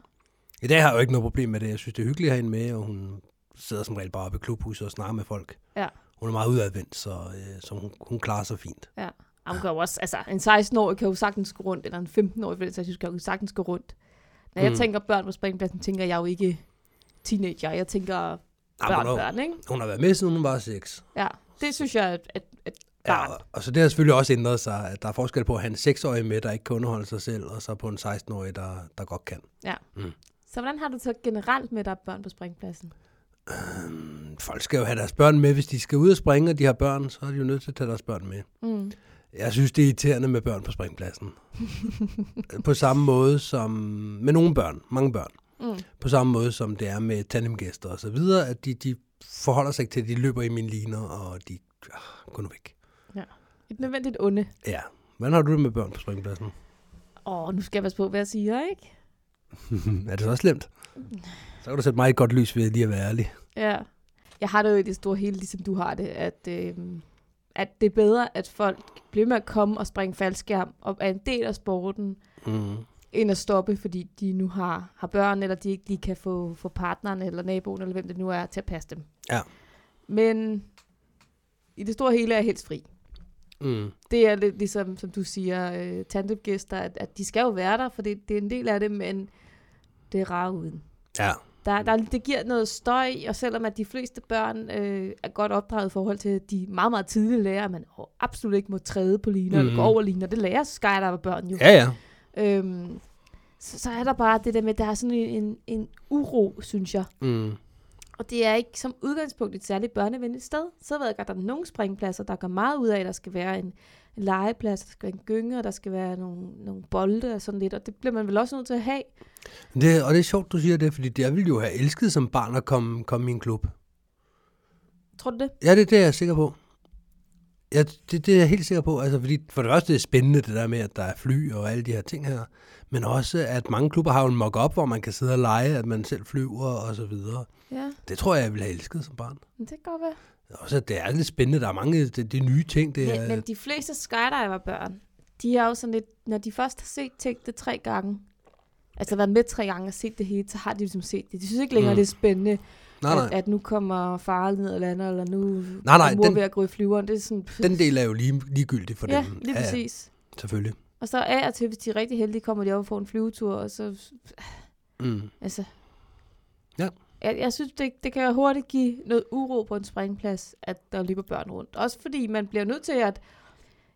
I dag har jeg jo ikke noget problem med det. Jeg synes, det er hyggeligt at have hende med, og hun sidder som regel bare oppe i klubhuset og snakker med folk.
Ja.
Hun er meget udadvendt, så, øh, så hun, hun klarer sig fint.
Ja. Og hun kan jo også, altså en 16-årig kan jo sagtens gå rundt, eller en 15-årig, for den sags skyld, kan jo sagtens gå rundt. Når jeg
Mm.
tænker børn på springpladsen, tænker jeg jo ikke teenager, jeg tænker
hun,
børn,
har,
børn, ikke?
hun har været med, siden hun var 6.
Ja, det synes jeg, at, at, at
Ja,
barn.
og, og så det har selvfølgelig også ændret sig, at der er forskel på at have en 6-årig med, der ikke kan underholde sig selv, og så på en 16-årig, der, der godt kan.
Ja.
Mm.
Så hvordan har du så generelt med, at der er børn på springpladsen?
Øhm, Folk skal jo have deres børn med. Hvis de skal ud og springe, og de har børn, så er de jo nødt til at tage deres børn med.
Mm.
Jeg synes, det er irriterende med børn på
(laughs)
springpladsen. på samme måde som med nogle børn, mange børn.
Mm.
På samme måde som det er med tandemgæster og så videre, at de, de forholder sig ikke til, at de løber i mine liner, og de ah, går nu væk.
Et nødvendigt onde.
Ja. Hvordan har du det med børn på springpladsen?
Åh, nu skal jeg passe på, hvad jeg siger, ikke?
er det så slemt? Så kan du sætte mig i et godt lys ved lige at være ærlig.
Ja. Jeg har det jo i det store hele, ligesom du har det, at, øh, at det er bedre, at folk bliver med at komme og springe faldskærm og er en del af sporten,
Mm.
end at stoppe, fordi de nu har, har børn, eller de ikke lige kan få, få partneren eller naboen, eller hvem det nu er, til at passe dem.
Ja.
Men i det store hele er jeg helst fri.
Mm.
Det er lidt ligesom, som du siger, øh, tandemgæster, at, at de skal jo være der, for det, det er en del af det, men det er rart uden.
Ja.
Der, der, det giver noget støj, og selvom at de fleste børn øh, er godt opdraget i forhold til, at de meget, meget tidligt lærer, at man absolut ikke må træde på liner, mm. eller
Mhm.
gå over liner. Det lærer skyder børn jo.
Ja, ja.
Øhm, så, så er der bare det der med, at der er sådan en, en, en uro, synes jeg.
Mm.
Og det er ikke som udgangspunkt et særligt børnevenligt sted. Så ved jeg godt, at der er nogle springpladser, der gør meget ud af, at der skal være en, en legeplads, der skal være en gynge, og der skal være nogle, nogle bolde og sådan lidt. Og det bliver man vel også nødt til at have.
Det, og det er sjovt, du siger det, fordi jeg ville jo have elsket som barn at komme, komme i en klub.
Tror du det?
Ja, det, det er jeg sikker på. Ja, det, det er jeg helt sikker på. Altså, fordi for det første er det spændende, det der med, at der er fly og alle de her ting her. Men også, at mange klubber har jo en mock-up, hvor man kan sidde og lege, at man selv flyver og så videre.
Ja,
Det tror jeg, jeg ville have elsket som barn.
men det kan godt være.
Også, at det er lidt spændende. Der er mange det, det er nye ting. Det er,
Men, men de fleste skydiver-børn, de er jo sådan lidt, når de først har set ting det tre gange, altså været med tre gange og set det hele, så har de ligesom set det. De synes ikke længere,
Mm.
mm. det er spændende,
nej,
At,
nej.
at nu kommer far ned og lander, eller nu
Nej, nej,
er mor
den-
ved at gå i flyveren. Det er sådan, pff,
Den del er jo lige, ligegyldig for
ja,
dem.
lige præcis.
Ja, selvfølgelig.
Og så af og til, hvis de er rigtig heldige, kommer de op og får en flyvetur, og så,
Mm.
altså...
Ja.
Jeg, jeg synes, det, det kan hurtigt give noget uro på en springplads, at der løber børn rundt. Også fordi man bliver nødt til at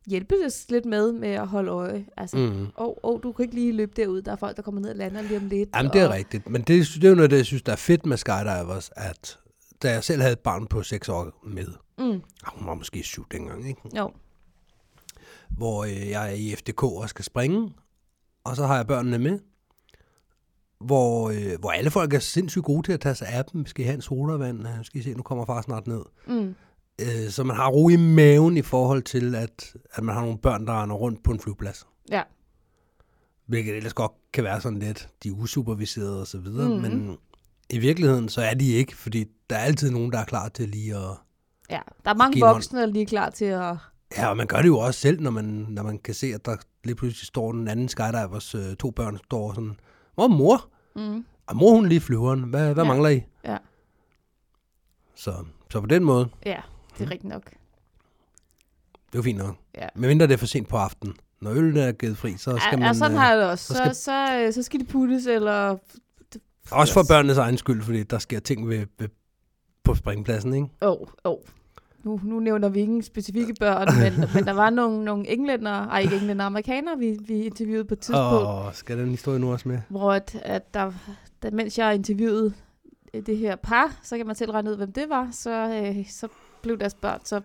hjælpe lidt med med at holde øje. Altså,
Mm.
Åh, oh, oh, du kan ikke lige løbe derud. Der er folk, der kommer ned og lander lige om lidt.
Jamen, det er
og-
rigtigt. Men det, det er jo noget, af det, jeg synes, der er fedt med skydivers, at da jeg selv havde et barn på 6 år med,
Mm,
ah, hun var måske 7 dengang, ikke?
jo.
hvor øh, jeg er i FDK og skal springe, og så har jeg børnene med, hvor, øh, hvor alle folk er sindssygt gode til at tage sig af dem. Skal I have en sodavand? Øh, Skal I se, nu kommer far snart ned.
Mm,
Øh, så man har ro i maven i forhold til, at, at man har nogle børn, der render rundt på en flyveplads.
ja.
Hvilket ellers godt kan være sådan lidt, de er usuperviserede og så videre, mm.
Mhm.
men i virkeligheden så er de ikke, fordi der er altid nogen, der er klar til lige at...
ja. Der er mange
Giv en hånd.
voksne, der lige er klar til at...
Ja, og man gør det jo også selv, når man, når man kan se, at der lige pludselig står den anden skydivers øh, to børn, står sådan, hvor er mor?
Mm,
Og mor hun er lige i flyveren, hvad, hvad ja.
Ja.
mangler I?
Ja.
Så, så på den måde,
ja, det er
Mm.
rigtigt nok.
det er jo fint nok.
Ja.
Men mindre det er for sent på aftenen. Når øllen er givet fri, så skal
Skal man,
man...
ja, sådan
øh,
har jeg det også.
så
Så,
skal-
så, så, øh, så skal de puttes, eller...
Også for børnenes egen skyld, fordi der sker ting ved, ved, på springpladsen, ikke?
Åh, oh, åh. Oh. Nu, nu nævner vi ingen specifikke børn,
(laughs)
men, men der var nogle, nogle englænder, ej ikke englænder, amerikanere, vi, vi interviewede på et tidspunkt, oh.
Åh, skal den historie nu også med?
hvor at, at der, da, mens jeg interviewede øh, det her par, så kan man selv regne ud, hvem det var, så, øh, så blev deres børn så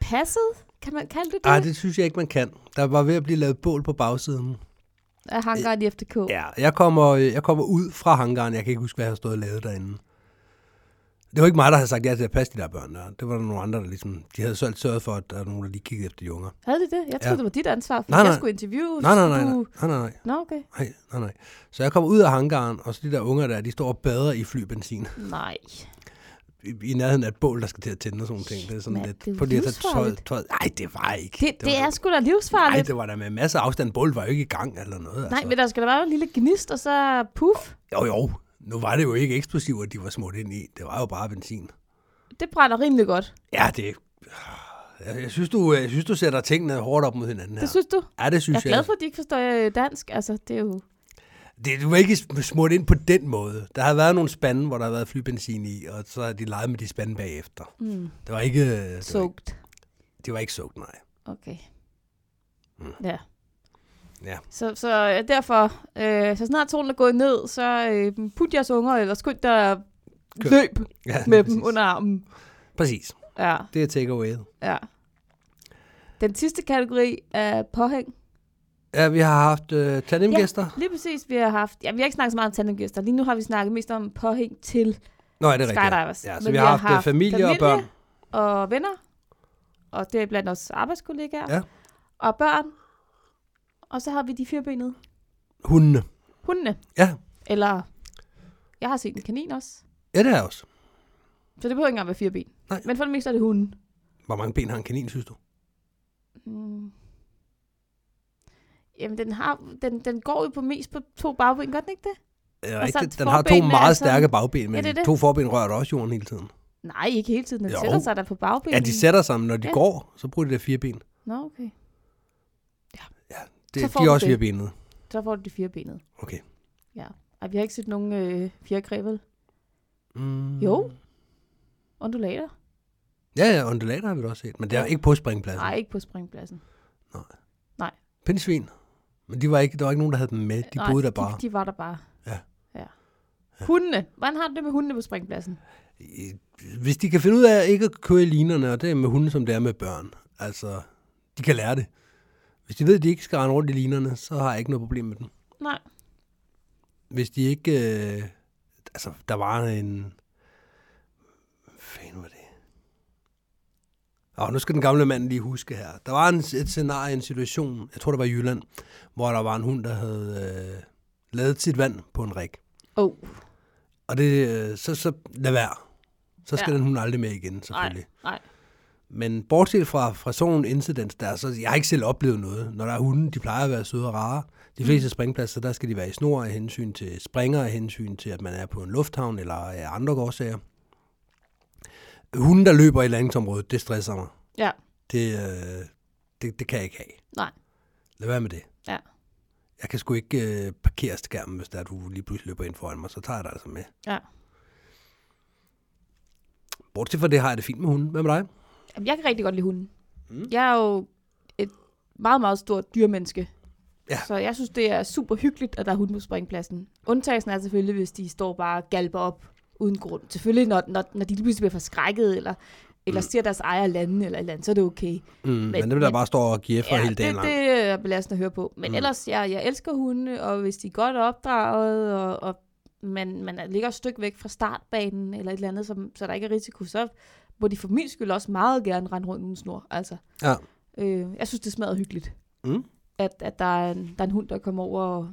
passet, kan man kalde det det,
Nej, Ah, det synes jeg ikke, man kan. Der var ved at blive lavet bål på bagsiden.
af hangaren i FDK. Ja.
Ja, jeg kommer, jeg kommer ud fra hangaren. Jeg kan ikke huske, hvad jeg har stået og lavet derinde. Det var ikke mig, der havde sagt ja til at passe de der børn der. Det var der nogle andre, der ligesom... De havde selv sørget for, at der er nogen, der lige kiggede efter de unger.
Havde de det? Jeg troede,
Ja.
ja. det var dit ansvar, for
Nej,
nej, jeg
nej.
skulle interviewe.
Nej, nej, nej,
skulle
nej,
Du...
nej, nej, nej,
Nå, okay.
nej, nej, nej. Så jeg kommer ud af hangaren, og så de der unger der, de står og bader i flybenzin.
Nej.
I, i nærheden af et bål, der skal til at tænde og sådan nogle ting. Det er sådan
Mand,
lidt...
det er jo
fordi jeg tager tøjet,
livsfarligt.
tøjet. Nej, det var ikke.
Det, det,
var
det
da-
er sgu da livsfarligt.
Nej, det var der med masser af afstand. Bålet var jo ikke i gang eller noget. altså.
Nej, men der skal da være en lille gnist, og så puff.
Jo, jo. Nu var det jo ikke eksplosiver, de var smurt ind i. Det var jo bare benzin.
Det brænder rimelig godt. Ja.
Ja, det... Ah, Jeg, jeg, synes, du, jeg synes, du sætter tingene hårdt op mod hinanden her.
Det synes du?
ja, det synes
Jeg er glad for, at de ikke forstår øh, dansk. Altså, det er jo...
Det, du var ikke smurt ind på den måde. Der har været nogle spande, hvor der har været flybenzin i, og så har de leget med de spande bagefter.
Mm,
Det var ikke... øh, Det var, ikke-
soaked.
det var ikke soaked, nej.
Okay.
Mm.
Ja.
Ja.
Så, så ja, derfor, øh, så snart solen er gået ned, så øh, put jeres unger, eller skynd dig at
Kør.
løb
Ja,
med
præcis.
dem under armen.
Præcis.
Ja,
Det er takeawayet.
ja. Den sidste kategori er påhæng.
Ja, vi har haft øh, tandemgæster. Ja.
Lige præcis, vi har haft... Ja, vi har ikke snakket så meget om tandemgæster. Lige nu har vi snakket mest om påhæng til
Nå, ja, det er rigtigt.
skydivers.
Ja, så
Men
vi har haft, haft familie, og børn.
og venner, og det er blandt os arbejdskollegaer,
Ja.
og børn. Og så har vi de firbenede
Hundene.
hundene,
Ja,
eller jeg har set en kanin også,
ja det er også.
så det behøver ikke engang være fire ben.
Nej.
Men for det meste er det hunden.
Hvor mange ben har en kanin, synes du?
Mm. Jamen, den, har, den, den går jo på mest på to bagben, gør den ikke det?
Ja,
Og så
rigtigt. Den har to
forbenene er
meget
sådan-
stærke bagben, men
Ja,
altså. ja,
det er det.
to forben rører da også jorden hele tiden.
Nej, ikke hele tiden. Den
Jo.
jo. sætter sig der på bagbenene.
Ja, de sætter sig, men når de ja.
Ja.
går, så bruger de der fire ben.
Nå, okay.
Det,
Så får
de er
du
også
det.
fire benede.
Så får du de fire benede.
Okay.
Ej, vi har ikke set nogen øh, fjerkrævel.
Mm.
Jo. Undulater?
Ja, ja, undulater har Altså. vi da også set, men det er ikke på springpladsen.
Nej, ikke på springpladsen.
Pindsvin. Men de var ikke, der var ikke nogen, der havde dem med. De boede der bare.
De, de var der bare.
Ja.
ja. Hundene. Hvordan har du det med hundene på springpladsen?
Hvis de kan finde ud af ikke at køre i linerne, og det er med hunde, som det er med børn, altså, de kan lære det. Hvis de ved, at de ikke skal rende rundt i linerne, så har jeg ikke noget problem med dem.
Nej.
Hvis de ikke... Øh, altså, der var en... Hvad fanden var det? Og nu skal den gamle mand lige huske her. Der var en, et scenarie, en situation, jeg tror det var i Jylland, hvor der var en hund, der havde øh, lavet sit vand på en ræk.
Oh.
Og det, øh, så, så lad være. Så skal
Ja.
ja. den hund aldrig med igen, selvfølgelig.
Nej, nej.
Men bortset fra, fra sådan nogle incidents der, så jeg har ikke selv oplevet noget. Når der er hunde, de plejer at være søde og rare. De
Mm.
fleste springpladser, der skal de være i snor af hensyn til springer, af hensyn til, at man er på en lufthavn eller af andre årsager. Hunde, der løber i landingsområdet, det stresser mig.
Ja,
Det, øh, det, det kan jeg ikke have.
nej.
Lad være med det.
Ja.
Jeg kan sgu ikke øh, parkere skærmen, hvis der er, du lige pludselig løber ind foran mig, så tager jeg dig altså med.
Ja.
Bortset fra det har jeg det fint med hunden. Hvad med dig?
Jamen, jeg kan rigtig godt lide hunden. Mm. Jeg er jo et meget, meget stort dyrmenneske.
Ja.
Så jeg synes, det er super hyggeligt, at der er hunde på springpladsen. Undtagelsen er selvfølgelig, hvis de står bare og galper op uden grund. Selvfølgelig, når, når, når de lige pludselig bliver forskrækket, eller, eller ser deres ejer lande, eller et eller andet, så er det okay.
Mm, men, men dem, der
men-
bare står og giver for hele dagen
det,
lang.
det er belastende at høre på. Men mm. ellers, jeg, jeg elsker hunde, og hvis de er godt opdraget, og, og man, man ligger et stykke væk fra startbanen, eller et eller andet, som, så der ikke er risiko, så må de for min skyld også meget gerne rende rundt uden snor. Altså,
Ja.
øh, jeg synes, det smager hyggeligt,
Mm.
at, at der, er en, der er en hund, der kommer over og,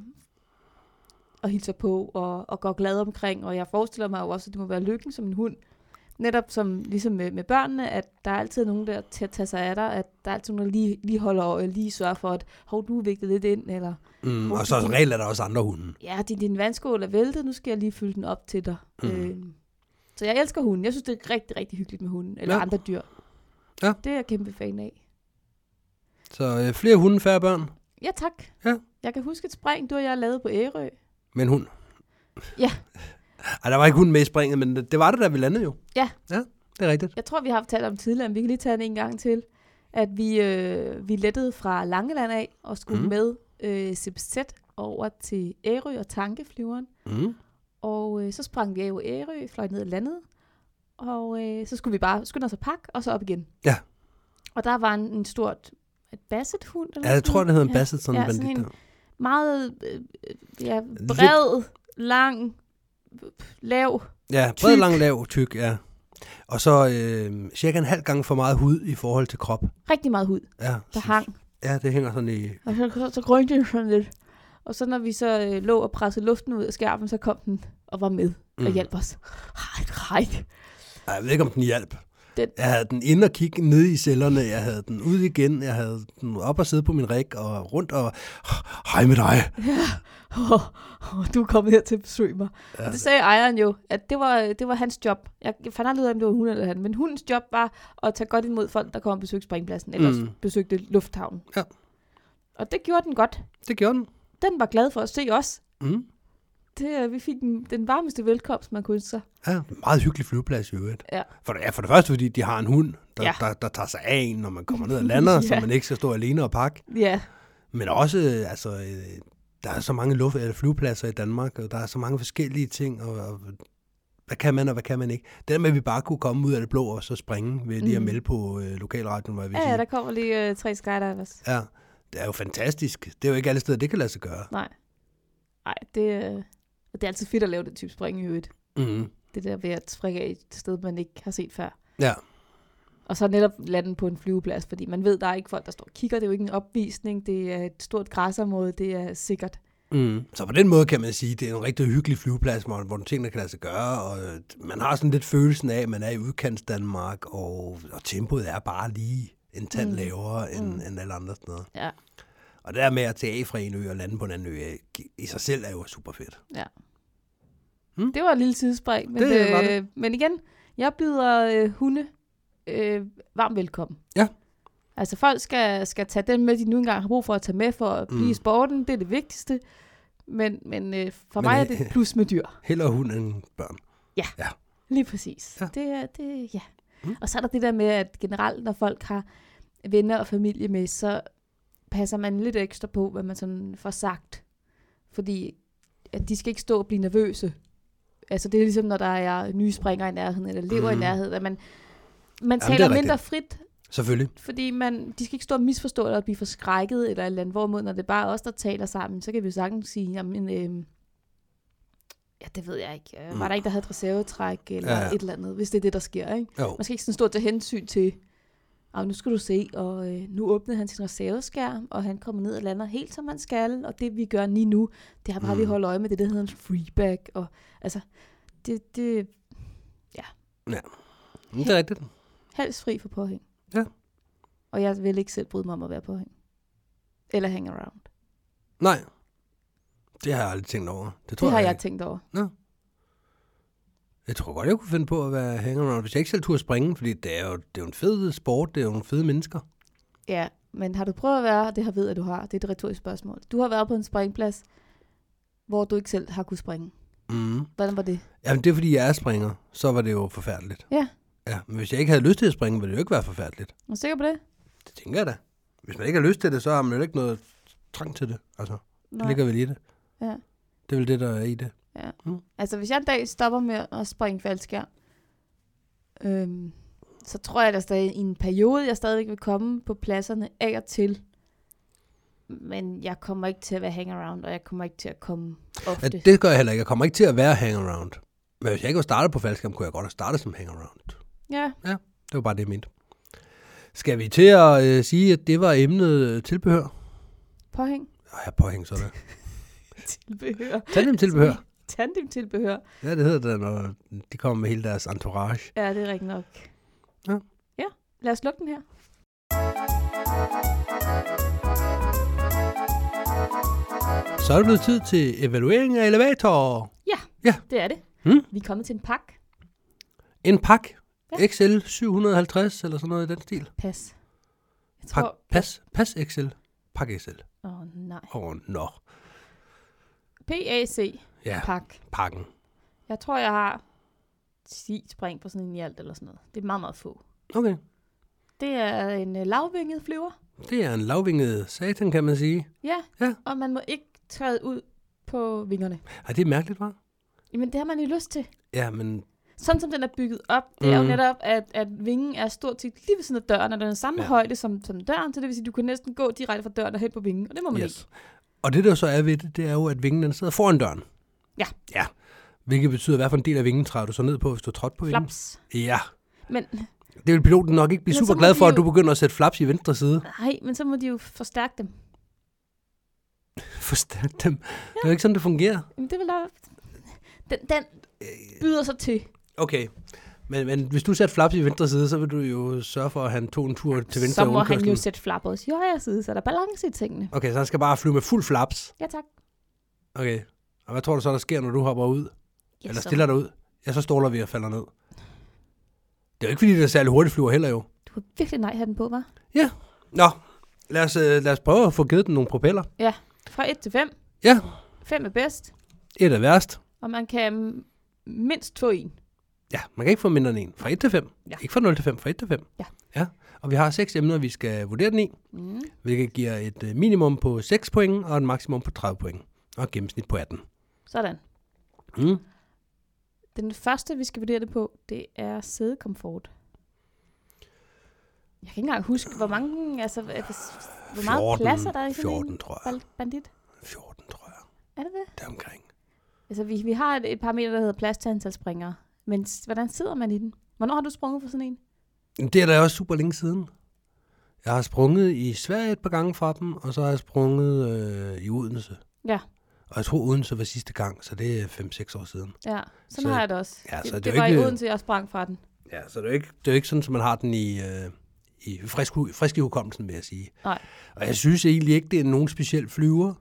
og hilser på, og, og går glad omkring. Og jeg forestiller mig jo også, at det må være lykken som en hund. Netop som ligesom med, med børnene, at der er altid nogen der til at tage sig af dig, at der er altid nogen, der lige, lige holder øje, lige sørger for, at hov, du er vigtet lidt ind, eller
Mm, og så som regel er der også andre hunde.
ja, din, din vandskål er væltet, nu skal jeg lige fylde den op til dig. Mm. Øh, så jeg elsker hunden. Jeg synes, det er rigtig, rigtig hyggeligt med hunden, eller
Ja.
ja. andre dyr.
Ja.
Det er jeg kæmpe fan af.
Så øh, flere hunde, færre børn.
Ja, tak.
Ja.
Jeg kan huske et spring, du og jeg lavede på Ærø.
Men hund.
Ja.
(laughs) Ej, der var ikke hund med i springet, men det det var det, da vi landede jo.
Ja.
Ja, det er rigtigt.
Jeg tror, vi har haft talt om tidligere, men vi kan lige tage den en gang til, at vi, øh, vi lettede fra Langeland af og skulle
Mhm.
mm. med øh, CBZ over til Ærø og tankeflyveren.
Mm.
Og øh, så sprang vi af på Ærø, fløj ned og landede. Og øh, så skulle vi bare skynde os at pakke, og så op igen.
Ja.
Og der var en, en stort et basset-hund, eller
Ja, jeg
sådan
tror,
noget.
det hedder en basset, sådan
Ja,
ja,
sådan
bandit.
en-
der.
Meget øh, øh, ja, bred, lang, lav.
Ja, bred,
tyk.
lang, lav, tyk, ja. Og så øh, cirka en halv gang for meget hud i forhold til krop.
Rigtig meget hud,
Ja,
der
så-
hang.
Ja, det hænger sådan i...
Og så, så, så grønte den sådan lidt. Og så når vi så øh, lå og pressede luften ud af skærmen, så kom den og var med mm. og
Mm.
hjalp os. Hej, hej.
Ej, jeg ved ikke, om den hjalp.
Den-
Jeg havde den ind og kigge ned i cellerne, jeg havde den ud igen, jeg havde den op og sidde på min ræk og rundt og... Hej med
(laughs)
dig.
Oh, oh, du er kommet her til at besøge mig. Ja. Det sagde ejeren jo, at det var, øh, det var hans job. Jeg fandt aldrig ud af, om det var hun eller han, men hundens job var at tage godt imod folk, der kom og besøgte springpladsen, eller
Mm.
mm. besøgte lufthavnen.
Ja.
Og det gjorde den godt.
Det gjorde den.
Den var glad for at se os.
Mm.
Det, øh, vi fik den, den varmeste velkomst, man kunne ønske sig.
Ja, meget hyggelig flyveplads i øvrigt.
Ja.
For, det- ja, for det første, fordi de har en hund, der,
Ja.
ja. der, der tager sig af en, når man kommer ned og
(laughs)
lander, ja. så
Ja.
man ikke skal stå alene og pakke.
Ja,
Men også, øh, altså, øh, der er så mange luft- eller flyvepladser i Danmark, og der er så mange forskellige ting, og, og hvad kan man, og hvad kan man ikke. Det der med, at vi bare kunne komme ud af det blå og så springe ved lige at
Mhm.
melde på øh, lokalradioen, var jeg ved at
ja, ja
sige.
der kommer lige øh, tre skydivers.
Ja, det er jo fantastisk. Det er jo ikke alle steder, det kan lade sig gøre.
Nej. Nej, det, øh, det er altid fedt at lave den type spring i øvrigt.
Mm.
Det der ved at springe af et sted, man ikke har set før.
Ja,
Og så netop lande på en flyveplads, fordi man ved, der er ikke folk, der står og kigger. Det er jo ikke en opvisning. Det er et stort græsområde. Det er sikkert.
Mm. Så på den måde kan man sige, det er en rigtig hyggelig flyveplads, hvor, hvor tingene kan lade sig gøre, og øh, man har sådan lidt følelsen af, at man er i udkants Danmark, og, og tempoet er bare lige en tand mm. lavere end, mm. end alle andre steder.
Ja.
Og det der med at tage af fra en ø og lande på en anden ø, er- i sig selv er jo super fedt.
ja.
Hmm?
Det var et lille sidespring. Men,
Det var det.
øh, men igen, jeg byder øh, hunde øh, varmt velkommen.
Ja.
Altså folk skal, skal tage den med, de nu engang har brug for at tage med for at
Mm.
blive i sporten. Det er det vigtigste. Men, men øh, for
Men,
mig er
øh,
det et plus med dyr.
Heller hund end børn.
Lige præcis.
Ja.
Ja. Det, er- det, ja. Mm. Og så er der det der med, at generelt, når folk har venner og familie med, så passer man lidt ekstra på, hvad man sådan får sagt. Fordi at de skal ikke stå og blive nervøse. Altså det er ligesom, når der er nye springer i nærheden, eller elever mm. i
Mhm.
nærheden, at man, man
er
taler
rigtigt.
mindre frit,
Selvfølgelig.
fordi man, de skal ikke stå og misforstå eller blive forskrækket eller et eller andet. Hvorimod, når det bare er os, der taler sammen, så kan vi jo sagtens sige, jamen, øh, ja, det ved jeg ikke. Øh, Var
Mm.
der ikke, der havde et reservetræk eller
Ja,
ja,
ja.
ja. et eller andet, hvis det er det, der sker, ikke?
Jo.
Man skal ikke sådan stå til hensyn til, "Au, nu skal du se, og øh, nu åbnede han sin reserveskærm, og han kommer ned og lander helt, som man skal, og det vi gør lige nu, det er bare, at vi
Mm.
holder øje med det, der hedder en freeback, og altså, det, det
Men Det er rigtigt.
helst fri for påhæng.
Ja.
Og jeg vil ikke selv bryde mig om at være påhæng. Eller hang around.
Nej. Det har jeg aldrig tænkt over. Det tror
Det har
jeg,
jeg
ikke.
tænkt over.
Jeg tror godt, jeg kunne finde på at være hangaround, hvis jeg ikke selv turde springe, fordi det er jo, det er jo en fed sport, det er jo nogle fede mennesker.
Ja, men har du prøvet at være, det har ved at du har, det er et retorisk spørgsmål. Du har været på en springplads, hvor du ikke selv har kunne springe.
Mm.
Hvordan var det?
Jamen, det er fordi, jeg er springer, så var det jo forfærdeligt.
Ja.
Ja, men hvis jeg ikke havde lyst til at springe, ville det jo ikke være forfærdeligt.
Er du sikker på det?
Det tænker jeg da. Hvis man ikke har lyst til det, så har man jo ikke noget trang til det. Altså, det
Nej.
ligger vel i det.
Ja.
Det er vel det, der er i det.
Altså, hvis jeg en dag stopper med at springe faldskærm, øhm, så tror jeg, at der i en periode, jeg stadigvæk vil komme på pladserne af og til. Men jeg kommer ikke til at være hangaround, og jeg kommer ikke til at komme
Ja,
ofte.
det gør jeg heller ikke. Jeg kommer ikke til at være hangaround. Men hvis jeg ikke var startet på faldskærm, kunne jeg godt have startet som hangaround.
Ja,
Det var bare det, jeg mente. Skal vi til at øh, sige, at det var emnet øh, tilbehør?
påhæng.
Ej, jeg påhæng sådan.
Tilbehør. (laughs)
Tandem tilbehør.
Tandem tilbehør.
Ja, det hedder det, når de kommer med hele deres entourage.
Ja, det er rigtigt nok.
Ja.
ja. Lad os lukke den her.
Så er det blevet tid til evaluering af elevator.
Det er det.
Hmm?
Vi er kommet til en pakke.
En pak.
Ja.
XL 750 eller sådan noget i den stil.
Pas. Jeg
Pak,
tror...
pas, pas XL. Pak XL.
Åh, oh, nej.
Åh, oh, nå.
PAC.
Ja,
Pak.
pakken.
Jeg tror, jeg har 10 spring på sådan en i alt eller sådan noget. Det er meget, meget få.
Okay.
Det er en øh, lavvinget flyver.
Det er en lavvinget satan, kan man sige.
Ja.
Ja.
Og man må ikke træde ud på vingerne.
Ej, det er mærkeligt, var?
Jamen, det har man jo lyst til.
Ja, men
Sådan som den er bygget op, det er jo
Mhm.
netop, at, at vingen er stort set lige ved siden af døren, og den er samme
Ja.
ja. højde som, som døren, så det vil sige, at du kan næsten gå direkte fra døren og hen på vingen, og det må man yes.
yes.
ikke.
Og det, der jo så er ved det, det er jo, at vingen den sidder foran døren.
Ja.
Ja. Hvilket betyder, hvad for en del af vingen træder du så ned på, hvis du er trådt på vingen?
Flaps.
Ja.
Men
Det vil piloten nok ikke blive
Men
super
så må
glad
de
for, at
jo-
du begynder at sætte flaps i venstre side.
nej, men så må de jo forstærke dem.
Forstærk dem. Det er jo ikke sådan, det fungerer.
Jamen, det vil da... Den, den
Øh,
byder sig til.
Okay. Men, men hvis du satte flaps i venstre side, så vil du jo sørge for, at han tog en tur til venstre
så
i
må han jo
rundkørslen.
sætte flapper også i højre side, så er der balance i tingene.
Okay, så han skal bare flyve med fuld flaps.
Ja, tak.
Okay. Og hvad tror du så, der sker, når du hopper ud?
Ja,
Eller
så-
stiller dig ud? Ja, så ståler vi og falder ned. Det er jo ikke, fordi det er særlig hurtigt flyver heller jo.
Du har virkelig nej den på, var?
Nå, lad os, øh, lad os prøve at få givet den nogle propeller.
Fra 1 til 5.
Ja.
5 er bedst,
Et er værst.
og man kan mm, mindst få en.
Ja, man kan ikke få mindre end en. Fra 1 til 5.
Ja.
Ikke fra 0 til 5, fra 1 til 5.
Ja.
ja. Og vi har seks emner, vi skal vurdere den i,
Mm.
hvilket giver et øh, minimum på 6 point og et maksimum på 30 point. Og et gennemsnit på 18.
Sådan.
Mm.
Den første, vi skal vurdere det på, det er sædekomfort. Jeg kan ikke engang huske, hvor mange, altså, er det- hvor meget plads er der i sådan
14,
en
tror jeg.
bal- bandit?
14, tror jeg.
Er det det?
Deromkring.
Altså, vi, vi har et, et par meter, der hedder plads til antal springere. Men s- hvordan sidder man i den? Hvornår har du sprunget for sådan en?
Men Det er da også super længe siden. Jeg har sprunget i Sverige et par gange fra dem, og så har jeg sprunget øh, i Odense.
Ja.
Og jeg tror, Odense var sidste gang, så det er 5-6 år siden.
Ja, sådan
Så-
så, har jeg det også.
ja,
det,
så er det
det,
jo
var
ikke-
i Odense, jeg sprang fra den.
Ja, så det er jo ikke, det er jo ikke sådan, at man har den i, øh, i frisk, hu- frisk i hukommelsen, vil jeg sige.
Nej.
Og jeg synes egentlig ikke, det er nogen speciel flyver.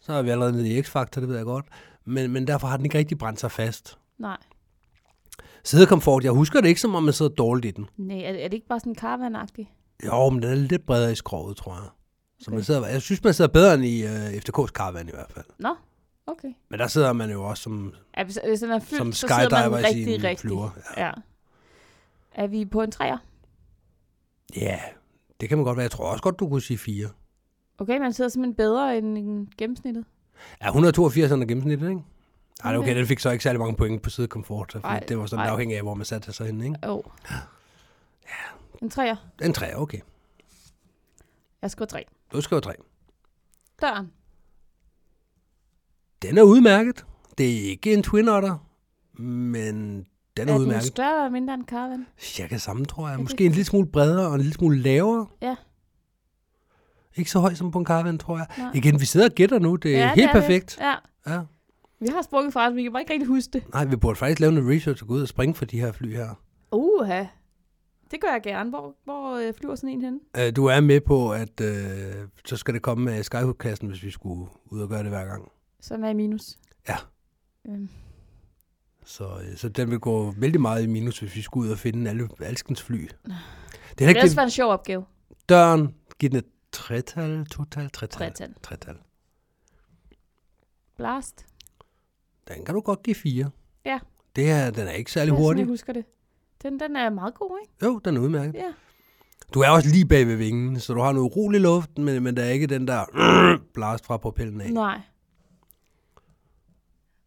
Så er vi allerede nede i X-Factor, det ved jeg godt. Men, men derfor har den ikke rigtig brændt sig fast.
Nej.
Sædekomfort, jeg husker det ikke, som om man sidder dårligt i den.
Nej, er, er det ikke bare sådan karavanagtigt?
Jo, men den er lidt bredere i skroget, tror jeg. Så man
Okay.
sidder, jeg synes, man sidder bedre end i øh, FDK's Caravan i hvert fald.
Nå, okay.
Men der sidder man jo også som...
Ja, hvis, hvis den er fyldt,
Som
så sidder
skydiver
man
i
rigtig,
sin
rigtig.
flyver,
Ja. ja. Er vi på en træer?
Ja, yeah, det kan man godt være. Jeg tror også godt, du kunne sige fire.
Okay, man sidder simpelthen bedre end end gennemsnittet.
Ja, 182 er gennemsnittet, ikke? Nej, okay,
Okay.
den fik så ikke særlig mange point på sidekomfort. så
Ej,
fordi Det var sådan
ej.
afhængig af, hvor man satte sig så henne, ikke?
Jo. Oh. En træer.
En 3, okay.
Jeg skriver tre.
Du skriver 3.
Døren.
Den er udmærket. Det er ikke en Twin Otter, men den er,
er
er
den
udmærket.
større eller mindre end Caravan?
Cirka samme, tror jeg.
det
Måske en lille smule bredere og en lille smule lavere.
Ja.
Ikke så høj som på en caravan, tror jeg.
Nej.
Igen, vi sidder og gætter nu. Det er ja, øh, helt det er perfekt. Det.
Ja.
Ja.
Vi har sprunget fra det, vi kan bare ikke rigtig huske det.
Nej, vi burde faktisk lave noget research og gå ud og springe for de her fly her.
Uha. Det gør jeg gerne. Hvor, hvor øh, flyver sådan en henne?
Øh, Du er med på, at øh, så skal det komme af Skyhook-kassen, hvis vi skulle ud og gøre det hver gang.
Som er i minus.
Ja.
Øhm,
Så, øh, så den vil gå vældig meget i minus, hvis vi skulle ud og finde alle alskens fly. Det er
det
heller
har
ikke
også
det,
været en sjov opgave.
døren. Giv den et tretal, total, tretal.
Tretal.
Tretal.
Blast.
Den kan du godt give fire.
Ja.
Det her, den er ikke særlig
Det er sådan,
hurtig.
jeg husker det. Den, den er meget god, ikke?
Jo, den er udmærket.
Ja.
Du er også lige bag ved vingen, så du har noget rolig luft, men, men der er ikke den der "Øh," blast fra propellen af.
Nej.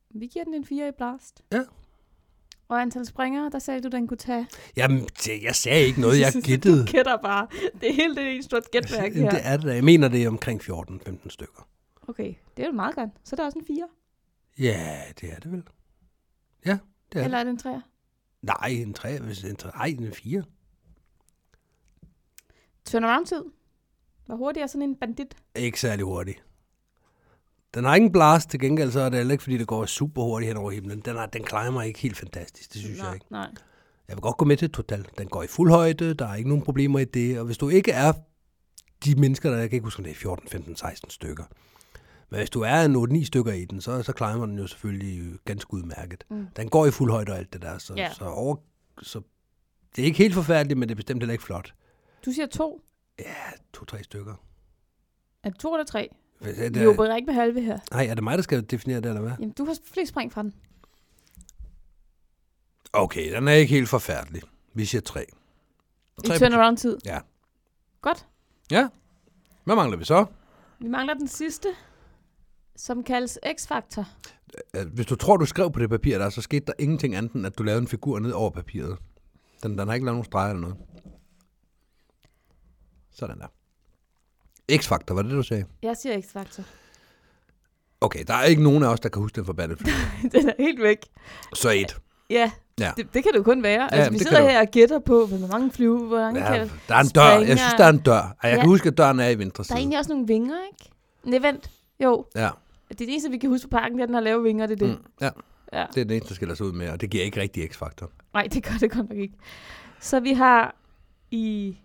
Vi giver den en 4 i blast.
Ja.
Og antal springere, der sagde du, den kunne tage.
Jamen, det- jeg sagde ikke
(laughs)
noget, jeg gættede.
Gætter bare. Det er helt det ene stort gætværk her.
det er det da. Jeg mener, det er omkring 14-15 stykker.
Okay, det er jo meget godt. Så er der også en 4.
Ja, det er det vel. Ja, det
Ja.
er
Eller
Eller...
er det en 3?
det. Nej, en 3, hvis en 3, nej, en 4.
Turnaround-tid. Hvor hurtig er sådan en bandit?
Ikke særlig hurtig. Den har ingen blast, til gengæld så er det heller ikke, fordi det går super hurtigt hen over himlen. Den, er, den climber ikke helt fantastisk, det synes
nej,
jeg ikke.
Nej.
Jeg vil godt gå med til total. Den går i fuld højde, der er ikke nogen problemer i det. Og hvis du ikke er de mennesker, der jeg kan ikke huske, om det er 14, 15, 16 stykker. Men hvis du er en 8-9 stykker i den, så, så climber den jo selvfølgelig ganske udmærket.
Mm.
Mm. Den går i fuld højde og alt det der, så,
Ja.
yeah. så, over, så det er ikke helt forfærdeligt, men det er bestemt heller ikke flot.
Du siger 2.
Ja, to-tre stykker.
Er det 2 eller 3?
Hvis, er
Vi
det,
opererer ikke med halve her.
nej, er det mig, der skal definere det, eller hvad?
Jamen, du har flest spring fra den.
Okay, den er ikke helt forfærdelig. Vi siger tre.
I
Tre-
turnaround-tid.
Ja.
Godt.
Hvad mangler vi så?
Vi mangler den sidste, som kaldes X-faktor.
Øh, Hvis du tror, du skrev på det papir der, så skete der ingenting andet, end at du lavede en figur ned over papiret. Den, den har ikke lavet nogen streger eller noget. Sådan der. X-faktor, var det det, du sagde?
Jeg siger X-faktor.
Okay, der er ikke nogen af os, der kan huske den fra Battlefield.
(laughs) (laughs) den er helt væk.
Så et.
Ja,
Ja.
Det, det kan du kun være. Ja, altså, vi
det kan
sidder
du.
her og gætter på, hvor mange flyve, hvor mange ja,
Ja,
kan...
der er en dør. Jeg synes, der er en dør. Og jeg
Ja.
kan huske, at døren er i venstre
Der er
side.
egentlig også nogle vinger, ikke? Nej, vent. Jo,
Ja,
det er det eneste, vi kan huske på parken, det er, at den har lave vinger, det er det.
mm, ja,
Ja.
det er den eneste, der skiller sig ud med, og det giver ikke rigtig X-faktor.
Nej, det gør det godt nok ikke. Så vi har i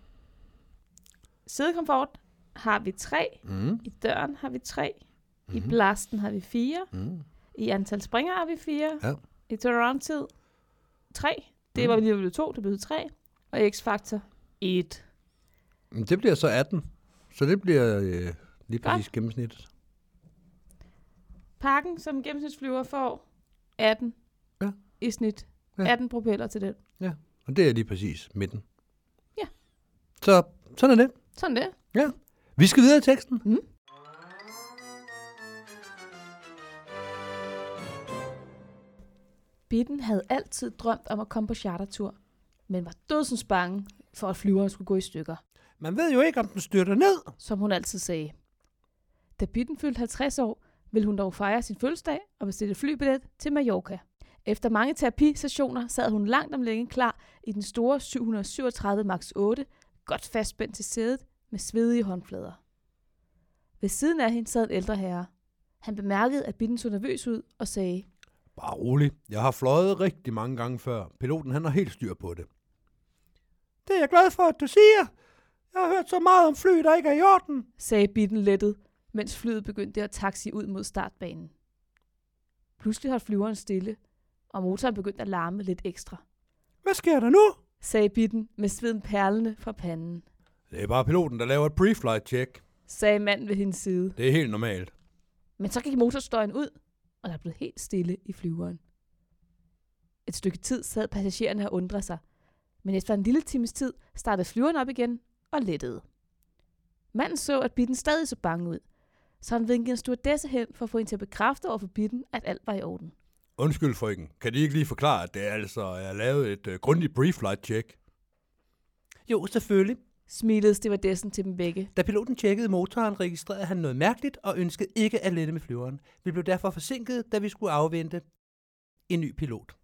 sædekomfort har vi tre,
Mm,
i døren har vi tre, mm-hmm. i
Mhm.
blasten har vi fire,
mm.
i antal springer har vi fire,
Ja.
i turnaround-tid tre, det
Mhm.
var lige ved to, det blev tre, og x-faktor et.
Men Det bliver så 18. Så det bliver øh, lige præcis gennemsnittet.
Pakken som gennemsnitsflyver får 18
Ja.
i snit.
Ja.
18 propeller til den.
Og det er lige præcis midten.
Ja.
Så sådan er det.
Sådan det.
Ja. Vi skal videre i teksten.
Mm. Bitten havde altid drømt om at komme på chartertur, men var dødsens bange for, at flyveren skulle gå i stykker,
Man ved jo ikke, om den styrter ned.
som hun altid sagde. Da Bitten fyldte 50 år, ville hun dog fejre sin fødselsdag og bestilte flybillet til Mallorca. Efter mange terapisessioner sad hun langt om længe klar i den store 737 MAX 8, godt fastspændt til sædet med svedige håndflader. Ved siden af hende sad en ældre herre. Han bemærkede, at Bitten så nervøs ud og sagde,
Bare rolig. Jeg har fløjet rigtig mange gange før. Piloten han har helt styr på det. Det er jeg glad for, at du siger. Jeg har hørt så meget om fly, der ikke er i orden.
sagde Bitten lettet, mens flyet begyndte at taxi ud mod startbanen. Pludselig holdt flyveren stille, og motoren begyndte at larme lidt ekstra,
Hvad sker der nu?
sagde Bitten med sveden perlende fra panden,
Det er bare piloten, der laver et pre-flight check.
sagde manden ved hendes side.
Det er helt normalt.
Men så gik motorstøjen ud, og der blev helt stille i flyveren. Et stykke tid sad passagererne og undrede sig, men efter en lille times tid startede flyveren op igen og lettede. Manden så, at Bitten stadig så bange ud, så han vinkede en stewardesse hen for at få hende til at bekræfte over for Bitten, at alt var i orden.
Undskyld, frøken. Kan de ikke lige forklare, at det er altså er lavet et
øh,
uh, grundigt pre-flight check?
Jo, selvfølgelig.
Smilede stewardessen til dem begge.
Da piloten tjekkede motoren, registrerede han noget mærkeligt og ønskede ikke at lette med flyveren. Vi blev derfor forsinket, da vi skulle afvente en ny pilot.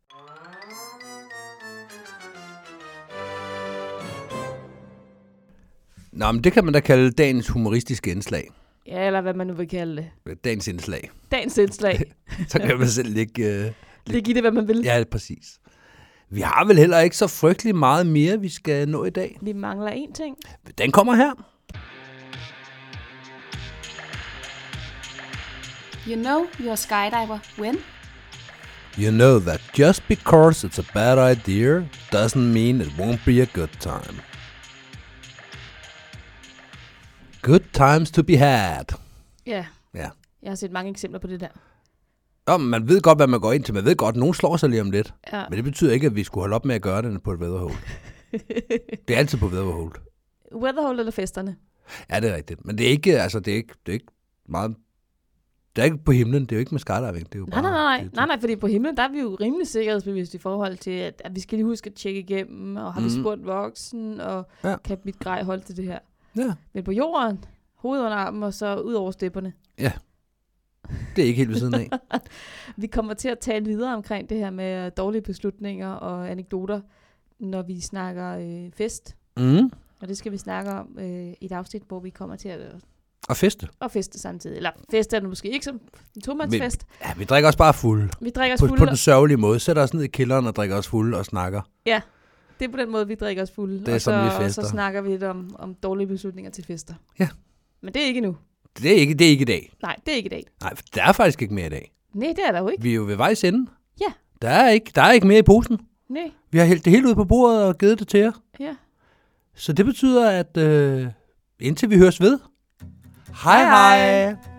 Nå, men det kan man da kalde dagens humoristiske indslag. Øh,
Ja, eller hvad man nu vil kalde det.
Dagens indslag.
Dagens (laughs) indslag.
Så kan man selv ligge... Øh,
Det giver det, hvad man vil.
ja, præcis. Vi har vel heller ikke så frygtelig meget mere, vi skal nå i dag.
Vi mangler én ting.
Den kommer her.
You know you're a skydiver when?
You know that just because it's a bad idea, doesn't mean it won't be a good time.
Good times to be had.
Ja.
Ja.
Jeg har set mange eksempler på det der.
Nå, men man ved godt, hvad man går ind til. Man ved godt, at nogen slår sig lige om lidt.
Ja. (laughs)
Men det betyder ikke, at vi skulle holde op med at gøre det på et vædderhul. det er altid på vædderhul.
Weatherhole eller festerne?
Ja, det er rigtigt. Men det er ikke, altså, det er ikke, det er ikke meget... Det er ikke på himlen, det er jo ikke med skydiving. Det er jo bare,
Nej, nej, nej, nej,
det-
nej, nej, fordi på himlen, der er vi jo rimelig sikkerhedsbevidste i forhold til, at, at vi skal lige huske at tjekke igennem, og har mm. vi
Mhm.
spurgt voksen, og
Ja.
ja. kan mit grej holde til det her?
Ja,
Men på jorden, hovedet under armen, og så ud over stepperne.
det er ikke helt ved
(laughs)
siden af.
Vi kommer til at tale videre omkring det her med øh, dårlige beslutninger og anekdoter, når vi snakker øh, fest.
Mm.
Og det skal vi snakke om øh, i et afsnit, hvor vi kommer til at, øh,
Og feste.
at feste samtidig. Eller feste er det måske ikke som en tomandsfest.
Ja, vi drikker os bare fuld.
Vi drikker os
På,
fulde.
på den sørgelige måde. Sætter os ned i kælderen og drikker os fuld og snakker.
Det er på den måde, vi drikker os fulde.
Det er
og
sådan, vi
så,
fester.
Og så snakker vi lidt om, om dårlige beslutninger til fester.
Ja.
Men det er ikke nu.
Det er ikke, det er ikke i dag.
Nej, det er ikke i dag.
Nej, for der er faktisk ikke mere i dag.
Nej, det er der jo ikke.
Vi er jo ved vejs ende.
Ja.
Der er ikke, der er ikke mere i posen.
Nej,
Vi har hældt det hele ud på bordet og givet det til jer.
ja.
Så det betyder, at øh, indtil vi høres ved. Hej hej! hej.